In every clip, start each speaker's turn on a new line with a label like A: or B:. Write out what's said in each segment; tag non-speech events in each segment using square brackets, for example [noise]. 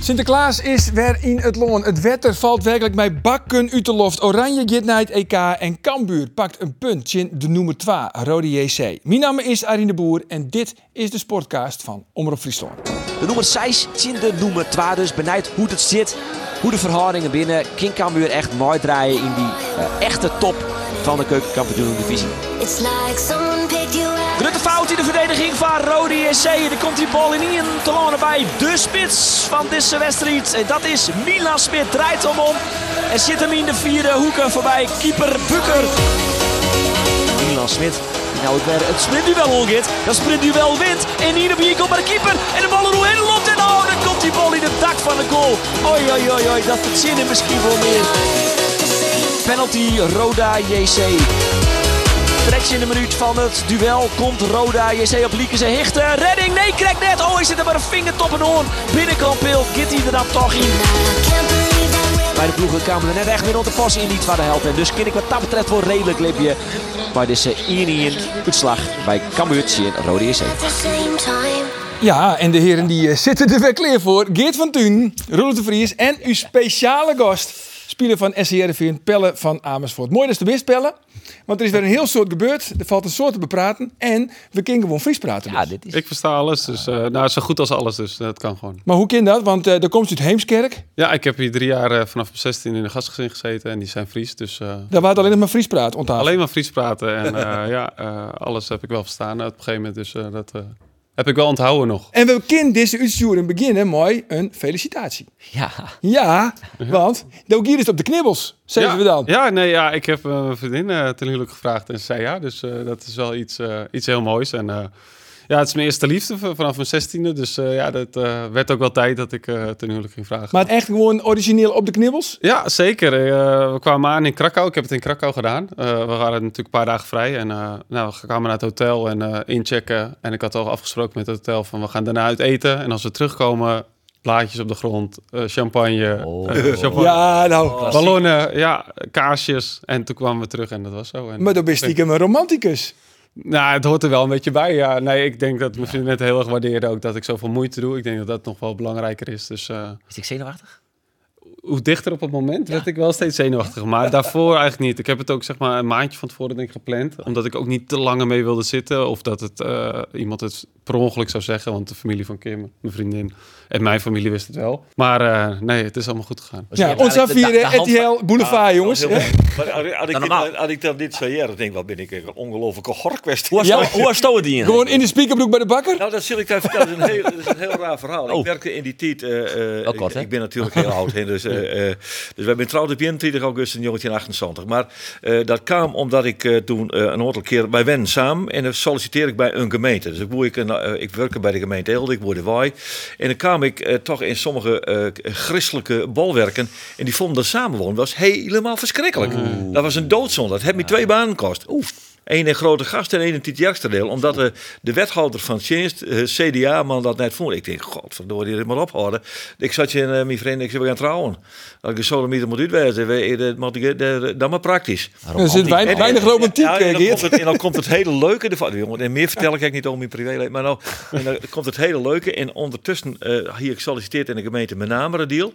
A: Sinterklaas is weer in het loon. Het wetter valt werkelijk bij bakken uit de loft. Oranje Gidnight EK en Kambuur pakt een punt in de nummer 2, Rode JC. Mijn naam is Arine de Boer en dit is de sportcast van Omroep Friesland.
B: De nummer 6 zien de nummer 2 dus. Benijd hoe het zit. Hoe de verhoudingen binnen. King Cambuur echt mooi draaien in die eh, echte top van de keukenkampioen divisie.
C: It's like someone picked you up.
B: Grote fout in de verdediging van Rode SC. Er komt die bal in in te lonen bij de spits van deze wedstrijd. En dat is Milan Smit. Draait hem om en zit hem in de vierde hoeken voorbij keeper Buker. Milan Smit. die Nou, het weer het sprintduel ongeet. Dat sprintduel wint. En hier op hier komt maar de keeper. En de bal er hoe in loopt. En oh, dan komt die bal in het dak van de goal. Oei, oei, oei, oei. Dat verzinnen misschien wel meer. Penalty, Roda JC. Trekt in de minuut van het duel. Komt Roda, JC op Liekes en Hichten. Redding, nee, krijgt net. Oh, hij zit er maar een vingertop en hoorn. Binnenkomt Pil, Kitty er dan toch in.
C: I can't believe that we're
B: Bij de ploegen kwamen er net echt weer onder pas in die tweede helft. En dus ken ik wat dat betreft wel redelijk lipje. Maar dit is in uitslag bij Cambuur en Roda, JC.
C: at the same time.
A: Ja, en de heren die eh, zitten er weer klaar voor. Geert van Thun, Roelof de Vries en uw speciale gast, speler van SCRV Pelle van Amersfoort. Mooi dat je er bent, Pelle. Want er is weer een heel soort gebeurd. Er valt een soort te bepraten en we kunnen gewoon Fries praten. dus.
B: dit is...
D: Ik versta alles, dus eh, nou zo goed als alles, dus dat kan gewoon.
A: Maar hoe kan dat? Want eh er komt uit Heemskerk.
D: Ja, ik heb hier drie jaar eh, vanaf mijn 16 in een gastgezin gezeten en die zijn Fries, dus eh,
A: Daar waren het alleen nog maar Fries praat onthaald.
D: alleen maar Fries praten.
A: [laughs]
D: En eh, ja, eh, alles heb ik wel verstaan op een gegeven moment, dus eh, dat eh, heb ik wel onthouden nog.
A: En we kunnen deze uitsturing beginnen mooi een felicitatie.
B: Ja,
A: Ja, want de Ogier is op de knibbels, zeggen
D: ja,
A: we dan.
D: Ja, nee, ja, ik heb eh, mijn vriendin eh, ten huwelijk gevraagd en ze zei ja, dus eh, dat is wel iets, eh, iets heel moois. En eh, ja, het is mijn eerste liefde v- vanaf mijn 16e, dus eh, ja, dat eh, werd ook wel tijd dat ik eh ten huwelijk ging vragen.
A: Maar echt gewoon origineel op de knibbels.
D: Ja, zeker. Eh, we kwamen aan in Krakau. Ik heb het in Krakau gedaan. Eh, we waren natuurlijk een paar dagen vrij. En eh, nou, we kwamen naar het hotel en eh, inchecken. En ik had al afgesproken met het hotel van we gaan daarna uit eten. En als we terugkomen, plaatjes op de grond, eh, champagne, eh, champagne
A: Ja, nou.
D: ballonnen, ja, kaarsjes. En toen kwamen we terug en dat was zo. En,
A: Maar dan ben je stiekem een romanticus.
D: Nou, het hoort er wel een beetje bij. Ja. Nee, ik denk dat mijn vriendin het heel erg waardeerde ook dat ik zoveel moeite doe. Ik denk dat dat nog wel belangrijker is. Dus... eh,
B: is ik zenuwachtig?
D: hoe dichter op het moment werd ik wel steeds zenuwachtig. Maar daarvoor eigenlijk niet. Ik heb het ook zeg maar een maandje van tevoren denk ik, gepland. Omdat ik ook niet te lang mee wilde zitten. Of dat het, eh, iemand het per ongeluk zou zeggen. Want de familie van Kim, mijn vriendin en mijn familie wist het wel. Maar eh, nee, het is allemaal goed gegaan.
A: Ja, ons aan vieren, RTL
B: Ah,
A: Boulevard,
D: Ah,
A: jongens.
E: Ja,
A: hè?
E: maar als- als ik dit-
B: normaal.
E: Als ik dat dit zou jaren, denk ik, wat ben ik een ongelofelijke horkwest.
B: Hoe was
A: Ja.
B: het- hoe was het die in?
A: Gewoon in de speakerbroek bij de bakker.
E: [laughs] Nou, dat zul ik daar vertellen. Dat is een heel, dat is een heel raar verhaal. Ik werkte in die tijd... eh, eh,
B: Wel kort,
E: ik,
B: hè?
E: ik ben natuurlijk heel oud. Hè, dus, eh, eh, dus wij zijn trouwd op 21 augustus een jongetje in 28. Maar eh, dat kwam omdat ik eh, toen eh, een aantal keer bij Wen samen... en dan solliciteer ik bij een gemeente. Dus ik, moet ik, een, eh, ik werkte bij de gemeente Eelde, ik word de Waai. En dan kwam ik eh, toch in sommige eh, christelijke balwerken... en die vonden dat samenwonen was helemaal verschrikkelijk. Dat was een doodzonde. Dat heeft me twee banen kost. Oeh. Eén een grote gast en één een Tiet Jerksterdeel. Omdat de, de wethouder van Tjenst, eh, CDA-man, dat net vond. Ik denk, godverdorie, dit moet ophouden. Ik zat je in eh, mijn vriend, ik zei, we gaan trouwen. Als ik een solomieter moet uitwijzen, we- eh, dat moet ik, eh, dat- dat maar praktisch.
A: Er zit weinig, weinig romantiek,
E: Ja, en,
A: eh,
E: dan komt
A: Geert.
E: het, en dan komt het hele leuke ervan. Jongen, en meer vertel ik eigenlijk niet over mijn privéleven. Maar nou, en dan komt het hele leuke. En ondertussen, eh hier ik solliciteerde in de gemeente Menamere deal.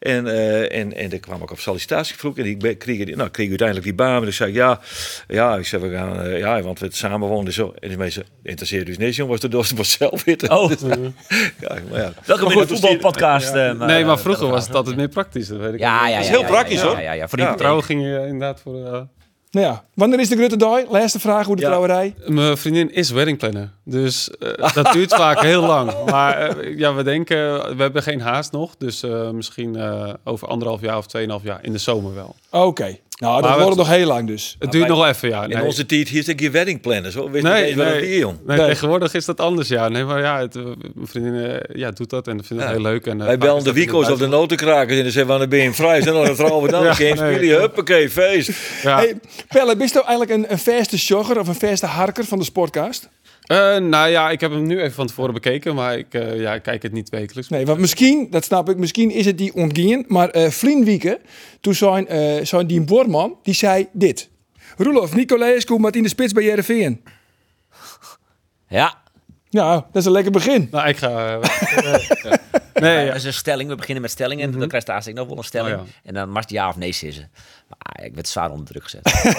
E: En, eh en, en daar kwam ik op sollicitatie vroeg. En ik ben- kreeg, die- nou, kreeg uiteindelijk die baan. En ik zei, ja, ja, ik zei, we gaan, eh, ja, want we het samen wonen. Zo. En die mensen, interesseert dus niks, jongen, was de doos was zelf weten.
B: Oh.
E: [laughs] ja, maar ja.
B: Welkom in de voetbalpodcast. eh,
D: nee, maar vroeger was het altijd meer praktisch. Dat weet ik
B: Ja, ja, ja.
D: wel.
B: Dat
E: is heel praktisch, hoor.
B: Ja, ja, ja. Voor die
E: Ja.
B: betreft.
D: Trouwen ging je inderdaad voor... eh,
A: Nou ja, wanneer is de Grutte Dooi? Laatste vraag, hoe de
E: Ja.
A: trouwerij?
D: Mijn vriendin is weddingplanner, dus eh, dat
E: [laughs]
D: duurt vaak heel lang. Maar eh, ja, we denken, we hebben geen haast nog, dus eh, misschien eh, over anderhalf jaar of tweeënhalf jaar in de zomer wel.
A: Oké. Nou, dat
D: Maar
A: wordt
D: het-
A: nog heel lang dus.
D: Het duurt nog wel even, ja.
E: In
D: Nee.
E: onze tijd hier zit je wedding plannen. Zo. Weet
D: Nee,
E: nee,
D: nee.
E: nee. jong.
D: Nee,
A: Nee.
D: tegenwoordig is dat anders, ja. Nee, maar ja, het, eh, mijn vriendin eh, ja, doet dat en vindt het
E: Ja.
D: heel leuk. En, eh,
E: Wij
D: vaak
E: belden
D: is
E: de
D: dat in
E: wico's of de
D: buitenland.
E: notenkrakers en dan zeiden we, dan ben je vrij. Zijn dan een trouw, [laughs] dan
D: Ja,
E: een game,
D: nee.
E: spelen, huppakee, feest.
D: Ja.
A: Hey, Pelle, ben je nou eigenlijk een, een verste jogger of een verste harker van de sportcast?
D: Eh, nou ja, ik heb hem nu even van tevoren bekeken, maar ik, eh, ja, ik kijk het niet wekelijks.
A: Nee, want misschien, dat snap ik, misschien is het die ontgingen. Maar eh vriendwieken, toen zijn, eh, zijn die Borman, die zei dit. Roelof, Nicolaescu, Martine Spits bij JRVN.
F: Ja,
A: Nou, dat is een lekker begin.
D: Nou, ik
E: [laughs]
D: ga... eh, ja. Nee, ja.
F: dat is een stelling. We beginnen met stellingen. en Dan krijgt de aansteek nog wel een stelling.
D: Oh ja.
F: En dan mag het ja of nee sissen. Maar ik werd zwaar onder druk gezet.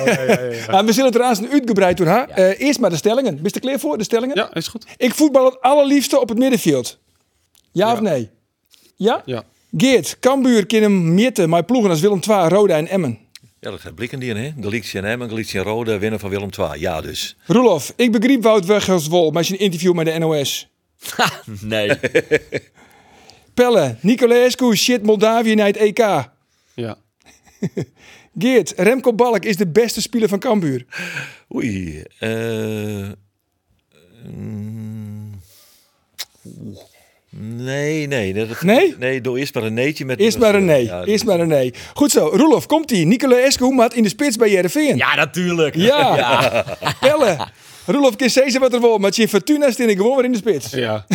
A: Nou, we zullen het eraan een uitgebreid door haar. Eh, eerst maar de stellingen. Ben je er klaar voor, de stellingen?
D: ja, is goed.
A: Ik voetbal het allerliefste op het middenveld. Ja, of
D: Ja.
A: nee? Ja?
D: Ja.
A: Geert, Kambuur, Kinnem, Mitten, mijn ploegen als Willem II, Roda en Emmen.
E: [laughs] Ja, dat zijn blikken die, hè? Galitie en Emmen, Galitie en Rode, winnen van Willem II. Ja, dus.
A: Roelof, ik begreep Wout Weghelswol met zijn interview met de NOS.
F: nee.
A: Pelle, Nicolaescu, shit Moldavië naar het E EK.
D: Ja.
A: Geert, Remco Balk is de beste speler van Cambuur.
E: Oei. eh, mm, oeh. nee, nee. Dat,
A: Nee?
E: Nee, doe eerst maar een neetje met...
A: Eerst maar een nee.
E: eh, Ja, dus-
A: Eerst maar een nee. Goed zo, Roelof, komt-ie. Nicolaescu maat in de spits bij Jereveen.
F: Ja, natuurlijk.
A: Ja. Pelle, Roelof, kan zeggen wat er wil, maar je Fortuna steen ik gewoon weer in de spits.
D: Ja.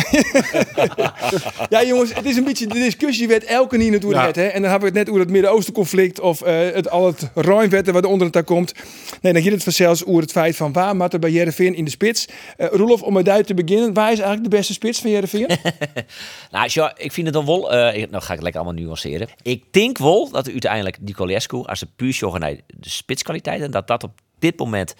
A: Ja, jongens, het is een beetje de discussie werd elke niet het
D: Ja.
A: het hè. En dan hebben we het net over het Midden-Oosten conflict of eh, het, al het Rijnwetten wat er onder het daar komt. Nee, dan gaat het vanzelfs over het feit van waar maakt er bij Jereveen in de spits. Eh Roelof, om met uit te beginnen, waar is eigenlijk de beste spits van Jereveen?
F: Nou, Sjoerd, ik vind het dan wel... eh, ik- nou ga ik het lekker allemaal nuanceren. Ik denk wel dat uiteindelijk Nicolescu, als het puur zogen naar de spitskwaliteit... en dat dat op dit moment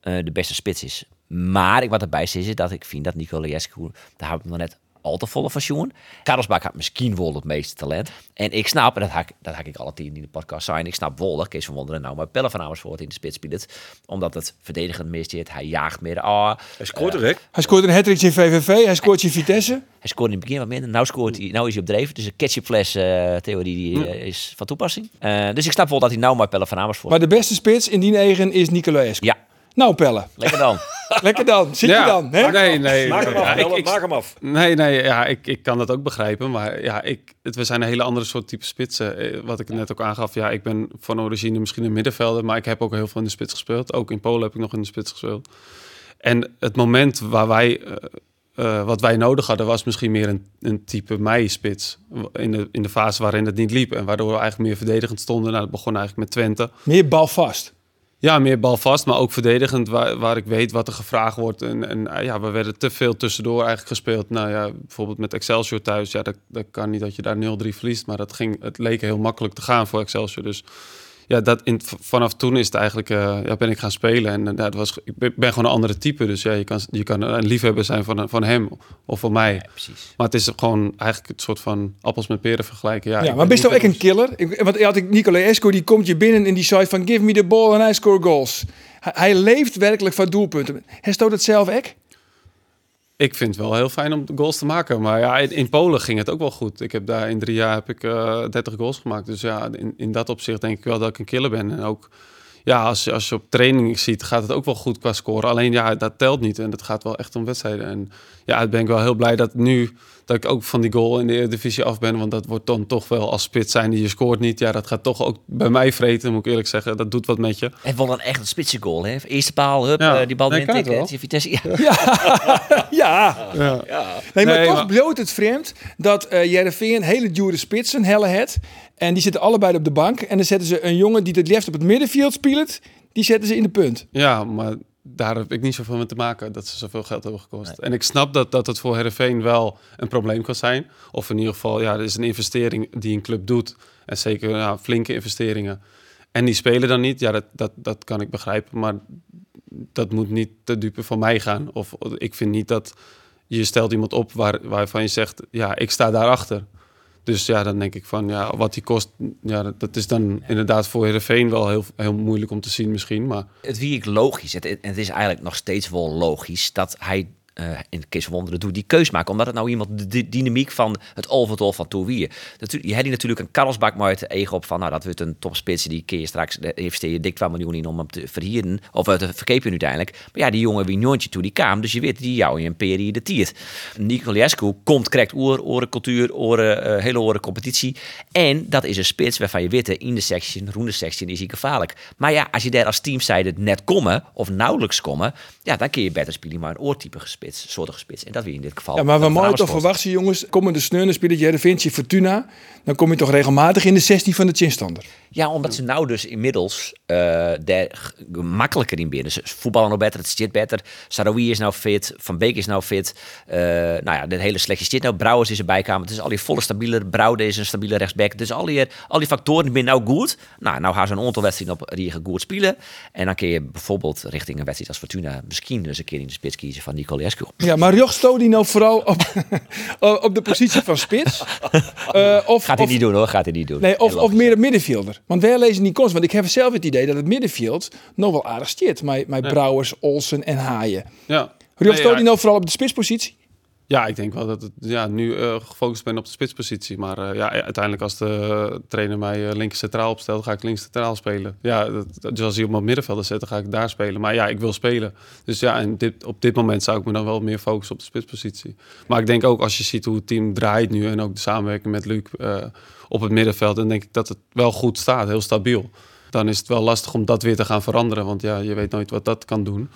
F: eh, de beste spits is. Maar ik wat erbij zit, is dat ik vind dat Nicolescu... daar heb ik nog net al te volle fatsoen. Karlsbak had misschien wel het meeste talent. En ik snap, en dat haak, dat haak ik alle tien in de podcast zijn. Ik snap wel dat Kees van Wonderen nou maar Pelle van Amersfoort in de spits speelt. Omdat het verdedigend mist zit. Hij jaagt meer. Ah,
E: Hij scoort er, hè?
A: Hij scoort een hat in VVV, hij scoort in Vitesse.
F: hij scoorde in het begin wat minder. Nou, scoort hij, nou is hij op dreef. Dus de ketchupfles-theorie die eh, is van toepassing. Eh, dus ik snap wel dat hij nou maar Pelle van Amersfoort...
A: Maar de beste spits in die negen is Nicolaescu.
F: Ja,
A: Nou, Pelle,
F: lekker dan. [laughs]
A: lekker
D: [laughs]
A: dan. Zit
D: ja.
A: je dan, hè?
D: Nee, nee.
E: Maak hem af,
D: Ja, ik-
E: Bellen,
D: ik-
E: maak hem af.
D: Nee, nee, ja, ik, ik kan dat ook begrijpen. Maar ja, ik, het, we zijn een hele andere soort type spitsen. Eh, Wat ik net ook aangaf, ja, ik ben van origine misschien een middenvelder, maar ik heb ook heel veel in de spits gespeeld. Ook in Polen heb ik nog in de spits gespeeld. En het moment waar wij, eh, eh, wat wij nodig hadden, was misschien meer een, een type mei-spits. In de, in de fase waarin het niet liep en waardoor we eigenlijk meer verdedigend stonden. Nou, dat begon eigenlijk met Twente.
A: Meer balvast.
D: Ja, meer balvast, maar ook verdedigend, waar, waar ik weet wat er gevraagd wordt. En, en eh, ja, we werden te veel tussendoor eigenlijk gespeeld. Nou ja, bijvoorbeeld met Excelsior thuis. Ja, dat, dat kan niet dat je daar 0-3 verliest, maar dat ging, het leek heel makkelijk te gaan voor Excelsior. Dus ja, dat in, v- vanaf toen is het eigenlijk, eh, ja, ben ik gaan spelen. En eh, ja, het was, ik ben- ben gewoon een andere type, dus ja, je kan, je kan een liefhebber zijn van, van hem of van mij.
F: Precies.
D: Maar het is gewoon eigenlijk het soort van appels met peren vergelijken. Ja,
A: Ja,
D: ik
A: maar
D: ben
A: bist toch echt een
D: liefhebber.
A: killer? Ik, want had ik Nicolaescu, die komt je binnen en die zei van give me the ball and I score goals. Hij, hij leeft werkelijk van doelpunten. Herstoot het zelf ook?
D: Ik vind het wel heel fijn om goals te maken. Maar ja, in, in Polen ging het ook wel goed. Ik heb daar in drie jaar heb ik, eh 30 goals gemaakt. Dus ja, in, in dat opzicht denk ik wel dat ik een killer ben. En ook ja, als, je- als je op training ziet, gaat het ook wel goed qua scoren. Alleen ja, dat telt niet. En dat gaat wel echt om wedstrijden. En ja, ik ben ik wel heel blij dat nu dat ik ook van die goal in de Eredivisie af ben. Want dat wordt dan toch wel als spits zijn die je scoort niet. Ja, dat gaat toch ook bij mij vreten, moet ik eerlijk zeggen. Dat doet wat met je.
F: En wel dan echt een spitse goal, hè. Eerste paal, hup,
D: Ja.
F: eh, die bal
D: Nee,
F: binnen
D: kan het
F: tikken.
D: wel.
F: Die Vitesse, ja.
A: Ja. Nee, maar
D: Nee,
A: toch
D: maar-
A: bloot het vreemd dat eh Jereveen hele dure spitsen, helle het. En die zitten allebei op de bank. En dan zetten ze een jongen die het liefst op het middenveld speelt, die zetten ze in de punt.
D: Ja, maar daar heb ik niet zoveel mee te maken dat ze zoveel geld hebben gekost. En ik snap dat, dat het voor Herenveen wel een probleem kan zijn. Of in ieder geval, ja, er is een investering die een club doet. En zeker ja, flinke investeringen. En die spelen dan niet. Ja, dat, dat, dat kan ik begrijpen. Maar dat moet niet te dupe van mij gaan. Of ik vind niet dat je stelt iemand op waar, waarvan je zegt, ja, ik sta daarachter. Dus ja, dan denk ik van, ja, wat die kost, ja, dat, dat is dan inderdaad voor Herenveen wel heel, heel moeilijk om te zien misschien. Maar
F: Het wie ik logisch. Het, en het is eigenlijk nog steeds wel logisch dat hij eh in Kees van Wonderen doet die keus maakt. Omdat het nou iemand de, de dynamiek van het overtol van Tourwier. Natuurlijk, je hebt hier natuurlijk een Karlsbak maar het ego op van nou dat wordt een topspits die keer je straks daar investeer je dik 2 miljoen in om hem te verhieren of eh, te verkepen uiteindelijk. Maar ja, die jongen wie nooitje toe die kwam, dus je weet die jouw imperie de tiert. Nicolescu komt krijgt oor oren cultuur, oren eh, hele oren competitie en dat is een spits waarvan je weet hè, in de section, roende section is hij gevaarlijk. Maar ja, als je daar als teamzijde net komen of nauwelijks komen, Ja, dan kun je beter spelen, maar een oortype spits, soortige spits. En dat weer in dit geval.
A: Ja, maar we
F: dat
A: moeten toch
F: Amersfoort.
A: verwachten, jongens. Komen de sneunen spelletje de Vinci Fortuna. Dan kom je toch regelmatig in de 16 van de chinstander.
F: Ja, omdat ze nou dus inmiddels eh daar g- makkelijker in binnen. Ze voetballen nog beter, het zit beter. Saroui is nou fit, Van Beek is nou fit. Eh, nou ja, de hele selectie zit nou. Brouwers is erbij kamer. Het is al die volle stabiele. Brouwde is een stabiele rechtsback. Dus al die, al die factoren binnen nou goed. Nou, nou gaan ze een aantal wedstrijden op die goed spelen. En dan kun je bijvoorbeeld richting een wedstrijd als Fortuna misschien eens een keer in de spits kiezen van Nicolescu.
A: Ja, maar Joch die nou vooral op, [laughs] op de positie van
F: [laughs]
A: spits. Eh, of,
F: Gaat hij
A: of-
F: niet doen hoor, gaat hij niet doen.
A: Nee, of,
F: Heel
A: of meer een middenvelder. Want wij lezen die kans. Want ik heb zelf het idee dat het middenveld nog wel aardig zit. Mijn, mijn Brouwers, Olsen en Haaien.
D: Ja.
A: Rioch
D: Nee,
A: Stody
D: ja,
A: nou vooral op de spitspositie.
D: Ja, ik denk wel dat het ja, nu eh, gefocust ben op de spitspositie. Maar eh, ja, uiteindelijk als de trainer mij eh, linker centraal opstelt, ga ik links centraal spelen. Ja, dat, dat- dus als hij op mijn middenvelder zet, dan ga ik daar spelen. Maar ja, ik wil spelen. Dus ja, en dit, op dit moment zou ik me dan wel meer focussen op de spitspositie. Maar ik denk ook als je ziet hoe het team draait nu en ook de samenwerking met Luc eh, op het middenveld, dan denk ik dat het wel goed staat, heel stabiel. Dan is het wel lastig om dat weer te gaan veranderen, want ja, je weet nooit wat dat kan doen.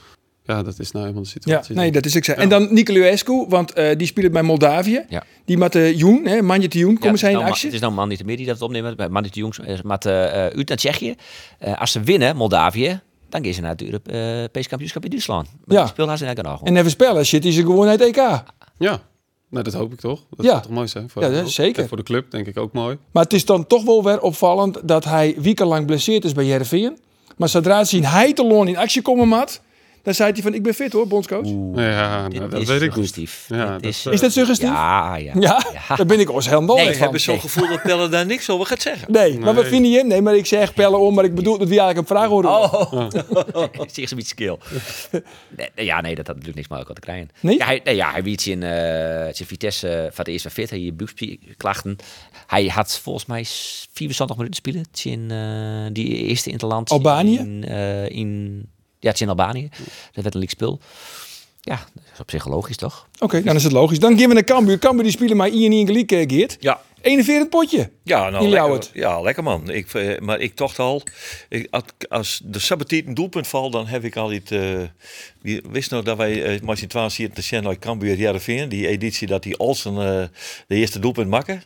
D: Ja, dat is nou helemaal de
A: Ja,
D: situatie.
A: nee, dat is ik zei. En dan Nicolaescu, want eh, die speelt bij Moldavië.
F: Ja.
A: Die met de Joen, hè, Manje de Joen, komen
F: Ja,
A: zij
F: het is
A: in
F: nou Ma-
A: actie.
F: Het is nou man niet meer die dat opneemt. maar Man niet de jongs eh, maar eh, eh, uit naar Tsjechië. Eh, als ze winnen, Moldavië, dan gaan ze naar het Europe- eh, Europees kampioenschap in Duitsland. Maar
A: Ja.
F: ja. die speelt haast in elke dag.
A: En even spellen, shit, die ze gewoon uit EK.
D: Ja, nou, dat hoop ik toch. Dat
A: Ja.
D: zou toch mooi zijn voor
A: Ja,
D: hem
A: dat
D: ook.
A: zeker.
D: En voor de club denk ik ook mooi.
A: Maar het is dan toch wel weer opvallend dat hij wekenlang blesseerd is bij Heerenveen. Maar zodra ze zien hij te loon in actie komen mat, dan zei hij van ik ben fit hoor, bondscoach.
D: ja, nou,
F: Dit
D: dat
F: is
D: weet ik niet.
F: suggestief.
D: Ja,
F: Dit
D: dat,
F: is,
D: eh,
A: Is dat suggestief?
F: Ja, ah, ja.
A: [laughs] Ja,
F: Ja.
A: daar ben ik ons helemaal
F: Nee,
A: nee,
E: Ik
A: van.
E: heb zo'n gevoel dat Pelle daar niks over gaat zeggen.
A: Nee, maar wat
D: Nee.
A: vind je? Nee, maar ik zeg pellen om, maar ik bedoel dat wie eigenlijk een vraag horen.
F: [laughs] Oh, ik zie zoiets keel. Nee, nee, ja, nee, dat had natuurlijk niks meer aan te krijgen.
A: Nee?
F: Ja, hij, nee, ja, hij wiet in eh, zijn Vitesse van de eerste fit, hij had buikklachten. Hij had volgens mij s- 24 minuten spelen in eh, die eerste interland.
A: Albanië?
F: In, eh, in, ja, in Albanië. Dat werd een league speel. Ja, dat is op zich logisch, toch?
A: Oké, dan is het logisch. Dan gaan we naar Cambuur. Cambuur die spelen maar Ian en Geliek, eh, Geert.
E: Ja,
A: 41 potje.
E: Ja, nou,
A: In
E: lekker,
A: Ljouwert.
E: ja, lekker man. Ik, eh, maar ik dacht al, ik, had- als de Sabatier een doelpunt valt, dan heb ik al dit... eh, die, wist nog dat wij eh Martin Twaas hier te zien uit Cambuur Jarreveen, die editie dat die Olsen eh, de eerste doelpunt maken.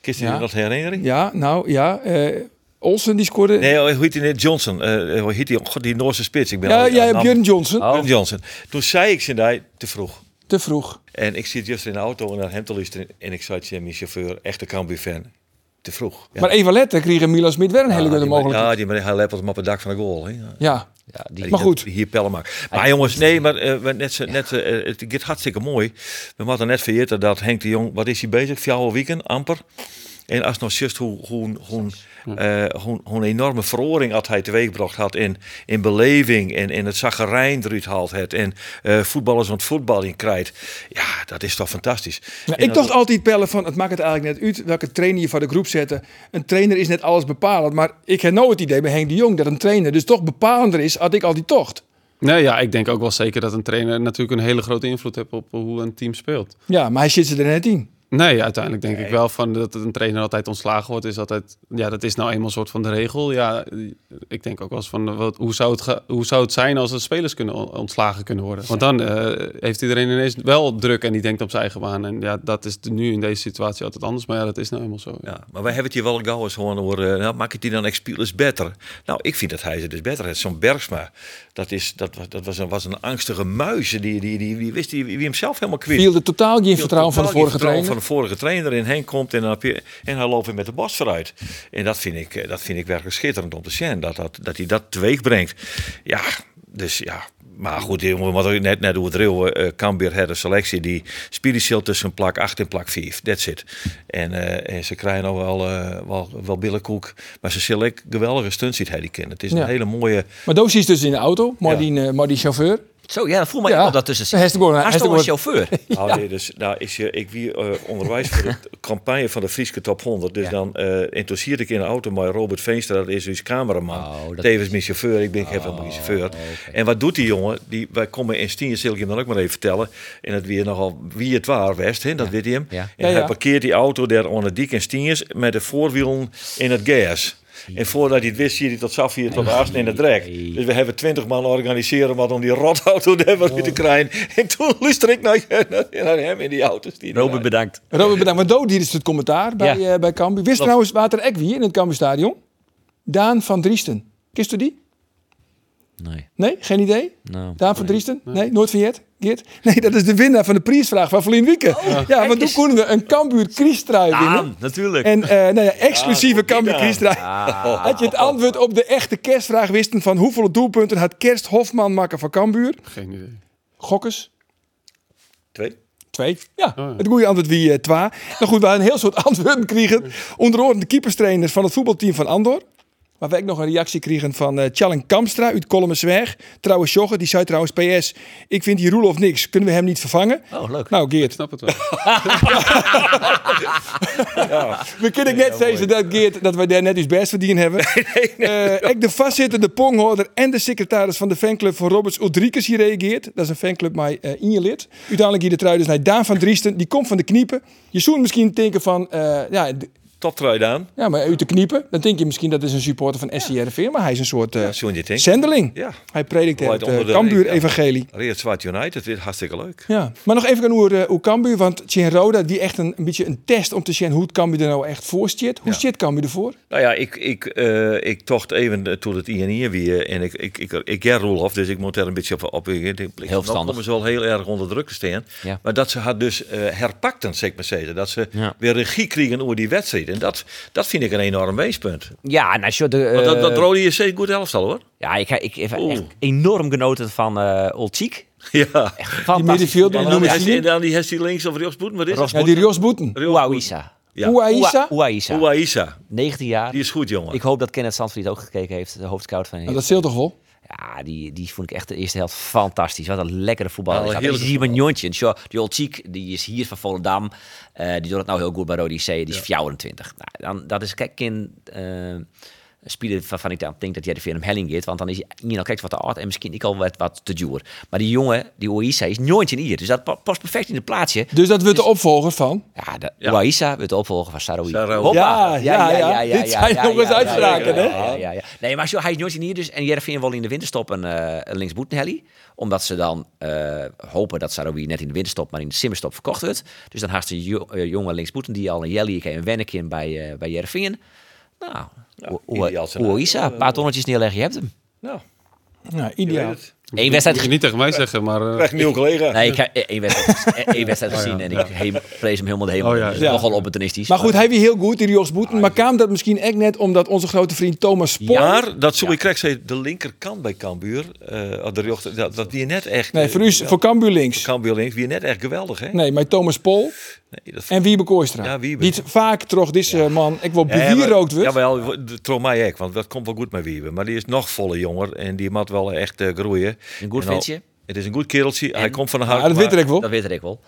E: Kist je
A: Ja.
E: je dat herinnering?
A: Ja, nou ja. eh, Olsen die scoorde.
E: Nee, oh, hoe heet die net? Johnson. eh hoe heet die? God, die Noorse spits. Ik ben
A: ja,
E: al-
A: ja,
E: naam-
A: Björn Johnson.
E: Björn Johnson. Toen zei ik ze daar te vroeg.
A: Te vroeg.
E: En ik zit just in de auto en naar hem te luisteren. En ik zat je, mijn chauffeur, echte Cambuur-fan. Te vroeg. Ja.
A: Maar even letten, kregen Milan Smit weer een hele goede
E: die-
A: mogelijkheid.
E: Ja, die meneer hij lepelt hem op het dak van de goal. Hè. Ja.
A: Ja.
F: Ja, die,
A: Maar goed.
E: Hier pellen maar. Maar jongens, nee, maar eh, we net, zo- net, eh, het gaat hartstikke mooi. We hadden net vergeten dat Henk de Jong, wat is hij bezig? Vier weekend, amper. En als nog just hoe, hoe, hoe, eh, hoe, hoe een enorme verroring had hij teweeggebracht had in, in beleving en in het zagerijn eruit haalt het. En eh, voetballers want voetbal in krijt. Ja, dat is toch fantastisch.
A: Nou,
E: En
A: ik
E: dat-
A: dacht altijd pellen van, het maakt het eigenlijk net uit welke trainer je van de groep zette. Een trainer is net alles bepalend, maar ik heb nou het idee bij Henk de Jong dat een trainer dus toch bepalender is had ik al die tocht.
D: nee, ja, ik denk ook wel zeker dat een trainer natuurlijk een hele grote invloed heeft op hoe een team speelt.
A: Ja, maar hij zit ze er net in.
D: Nee, uiteindelijk denk ik wel van dat een trainer altijd ontslagen wordt. Is altijd, ja, dat is nou eenmaal een soort van de regel. Ja, ik denk ook wel eens van wat, hoe, zou het ge- hoe zou het zijn als de spelers kunnen on- ontslagen kunnen worden? Want dan eh, heeft iedereen ineens wel druk en die denkt op zijn eigen baan. En ja, dat is nu in deze situatie altijd anders. Maar ja, dat is nou eenmaal zo. Ja.
E: Ja, maar wij hebben het hier wel gauw eens gewoon over, eh, nou, maak het die dan expielers beter? Nou, ik vind dat hij ze dus beter heeft. Zo'n Bergsma, dat, is, dat, was- dat was, een, was een angstige muis. Die, die, die, die wist die, wie hem zelf helemaal kwijt.
A: Viel er totaal geen vertrouwen van de
E: Totaal
A: vorige
E: geen vertrouwen
A: trainer.
E: Van de vorige trainer in Henk komt en, dan heb je, en hij loopt weer met de bas vooruit. En dat vind ik, eh, dat vind ik werkelijk schitterend om te zien. Dat, dat, dat hij dat teweeg brengt. Ja, dus ja. Maar goed, jongen, wat ik net, net hoe het reeuwen. eh Cambuur had een selectie die spiritueel tussen plak 8 en plak 5. That's it. En, eh, en ze krijgen nou wel, eh wel, wel billenkoek. Maar ze zullen ook geweldige stunts die hij die kent. Het is
A: Ja.
E: een hele mooie...
A: Maar Doos is dus in de auto, maar,
E: Ja.
A: die, eh, maar die chauffeur.
F: Zo, ja, dat voel me
A: Ja.
F: ja. dat tussen zit.
A: Hij is toch gewoon- hij
F: Hij
A: is
F: is toch een
A: toch
F: chauffeur. [laughs]
E: Nou, nee, dus, nou is je, ik wie eh, onderwijs voor de campagne van de Frieske Top 100. Dus dan eh interesseerde ik in de auto maar Robert Veenstra, dat is dus cameraman.
F: Oh, dat Oh,
E: Tevens mijn chauffeur, ik ben geen helemaal geen chauffeur. En wat doet die jongen? Die, wij komen in Stien, zal ik hem dan ook maar even vertellen. En dat weer nogal wie het waar west, hè, dat weet hij hem.
F: Ja.
E: En
A: Ja,
E: hij
A: ja.
E: parkeert die auto daar onder dik en Stiens met de voorwielen in het gas. En voordat hij het wist, zie je dat Safi het tot Aast in de drek. Dus we hebben twintig man organiseren wat om die rotauto [laughs] daar weer
F: Oh.
E: te krijgen. En toen luister ik naar, [laughs] naar hem in die auto's. Die
F: Robert, bedankt.
A: Robert, bedankt. Maar Dood, hier is het commentaar bij, eh
F: Ja.
A: bij Cambuur. Wist trouwens Water Ekwie in het Cambuurstadion? Daan van Driesten. Kist u die?
F: Nee,
A: Nee? Geen idee?
F: nou.
A: Daan van Driesten? Nee? Nooit van Jet? Geert? Nee, dat is de winnaar van de prijsvraag van Verlien Wieken. ja, want toen konden we een Cambuur Kriestrui winnen.
F: Aan, natuurlijk.
A: En eh, nou ja,
F: Ah,
A: exclusieve Cambuur
E: Daan.
A: Kriestrui. Had je het antwoord op de echte kerstvraag wisten van hoeveel doelpunten had Kerst Hofman maken van Cambuur?
D: Geen idee.
A: Gokkers.
E: Twee.
A: Twee. Ja,
D: ja.
A: het goede antwoord wie eh twa. Nou goed, we hadden een heel soort [laughs] antwoorden kregen. Onder andere de keeperstrainers van het voetbalteam van Andor. Maar we ook nog een reactie kregen van eh Challen Kamstra uit Kolmensweg. Trouwens, Jogger, die zei trouwens PS. Ik vind die Roelof niks. Kunnen we hem niet vervangen?
F: Oh, leuk.
A: Nou Geert,
D: Snap het wel.
A: we kunnen net
E: oh,
A: zeggen dat Geert dat wij daar net iets best verdiend
E: [laughs]
A: hebben. Eh, ik de vastzittende ponghoorder en de secretaris van de fanclub van Roberts Ulrikes hier reageert. Dat is een fanclub mij eh in je lid. Uiteindelijk hier de trui dus naar Daan van Driesten. Die komt van de kniepen. Je zoent misschien denken van, eh, ja, d-
E: Toptrui Daan.
A: ja, maar uit de kniepen. Dan denk je misschien dat is een supporter van SCRV. Maar hij is een soort eh,
E: Zo'n je denkt.
A: zendeling.
E: Ja.
A: Hij predikt
E: Leidt
A: het
F: eh,
A: eh,
E: onder de-
A: Kambuur-evangelie.
E: Reert Zwart United, dit is hartstikke leuk.
A: Ja, maar nog even aan hoe, eh, hoe Cambuur, want Cien Roda die echt een, een beetje een test om te zien hoe het Cambuur er nou echt voor zit. Hoe
E: Ja.
A: zit Cambuur ervoor?
E: Nou ja, ik, ik, eh, ik tocht even eh, toen het INI weer. En ik, ik, ik, ik ken Roelof, dus ik moet daar een beetje op. op ik, denk, ik-
F: verstandig.
E: Dan komen ze wel heel erg onder druk te staan.
F: Ja.
E: Maar dat ze haar dus eh herpakten, zeg maar zeggen. Dat ze
F: Ja.
E: weer regie kregen over die wedstrijd. En dat, dat vind ik een enorm weespunt.
F: Ja, nou, zo de,
E: Want dat, dat
F: eh,
E: Rode JC goed elftal hoor. [laughs]
F: Ja, ik, ik heb echt
E: Oeh.
F: enorm genoten van eh Old Cheek.
E: Ja.
A: Die
F: Fantastisch.
A: middenvelder,
E: En
A: die
E: dan,
A: noemen
E: die,
A: ze
E: en
A: die.
E: dan die heeft die links of rechts boeten, wat is
F: Ros-
E: het?
A: Ja, die Rios Boeten.
F: Ouaisa.
E: Ja.
A: Ouaisa?
F: Oua- Ouaisa.
E: Ouaisa,
F: 19 jaar.
E: die is goed jongen.
F: Ik hoop dat Kenneth Sandvliet ook gekeken heeft, de hoofdscout van
A: Nou,
F: Heerenveen.
A: dat scheelt toch wel?
F: Ja, die, die vond ik echt de eerste helft fantastisch. Wat een lekkere voetbal.
E: Ja,
F: Ja,
E: heerlijke
F: is hier mijn jontje. En zo, Die Old Cheek, die is hier van Volendam. Eh, die doet het nou heel goed bij Rodi C. Die is 24. Nou, dan, dat is kijk in... eh spelen waarvan ik dan denk dat jij de hem helling gaat. Want dan is hij niet al kijkt wat te oud en misschien ik al wat, wat te duur. Maar die jongen, die Oisa, is nooit in hier. Dus dat pa- past perfect in het plaatje.
A: Dus dat wordt de opvolger van.
F: Ja, de,
E: Ja.
F: Ouaisa werd de opvolger van Saroui.
E: Saroui.
F: Hoppa.
A: Ja, ja, ja. Dit zijn nog eens uitspraken,
F: ja,
A: hè?
F: ja, ja, ja. Nee, maar zo, hij is nooit in hier dus. En Jervin wil in de winterstop een, eh een linksboetenhelly. Omdat ze dan eh, hopen dat Saroui net in de winterstop, maar in de simmerstop verkocht wordt. Dus dan haast een jo- eh, jonge linksboeten die al een jelly en een wennekje bij, eh bij Jervin. Nou,
E: ideaal
F: Oisa,
E: scenario.
F: Ouaisa, een paar tonnetjes neerleggen, je hebt hem.
E: Nou,
A: Nou,
E: je weet
A: ideaal.
E: het.
F: Eén
D: Moet
F: wedstrijd
D: je niet tegen mij zeggen, maar... eh,
E: Krijg een nieuwe collega.
F: Nee, ik heb eh, één wedstrijd, eh, één wedstrijd
E: Oh,
F: gezien en ik heem- vrees hem helemaal de hemel.
D: Oh, ja,
F: Dat is
A: ja.
F: Nogal opportunistisch.
A: Maar goed, hij wie heel goed, die Rios Boeten. Maar kwam dat misschien echt net omdat onze grote vriend Thomas Spoor...
E: Maar dat Zoe Krek zei, de linkerkant bij Cambuur, eh, aan de rechter, dat, dat die net echt... eh,
A: Nee, voor u, is- voor Cambuur links.
E: Cambuur links, die net echt geweldig, hè?
A: Nee, maar Thomas Pol
E: Nee, dat
A: en Wiebe Kooistra.
E: Ja, Wiebe.
A: Die het vaak toch deze man, ik wil
E: Ja, maar-
A: bewierookt wordt.
E: Jawel, de- trouw mij ook, want dat komt wel goed met Wiebe. Maar die is nog volle jonger en die moet wel echt eh, groeien.
F: Een goed
E: En al-
F: ventje.
E: Het is een goed kereltje. Hij
F: En-
E: komt van de
A: Ja,
E: hart.
A: dat weet ik wel.
F: Dat weet ik wel.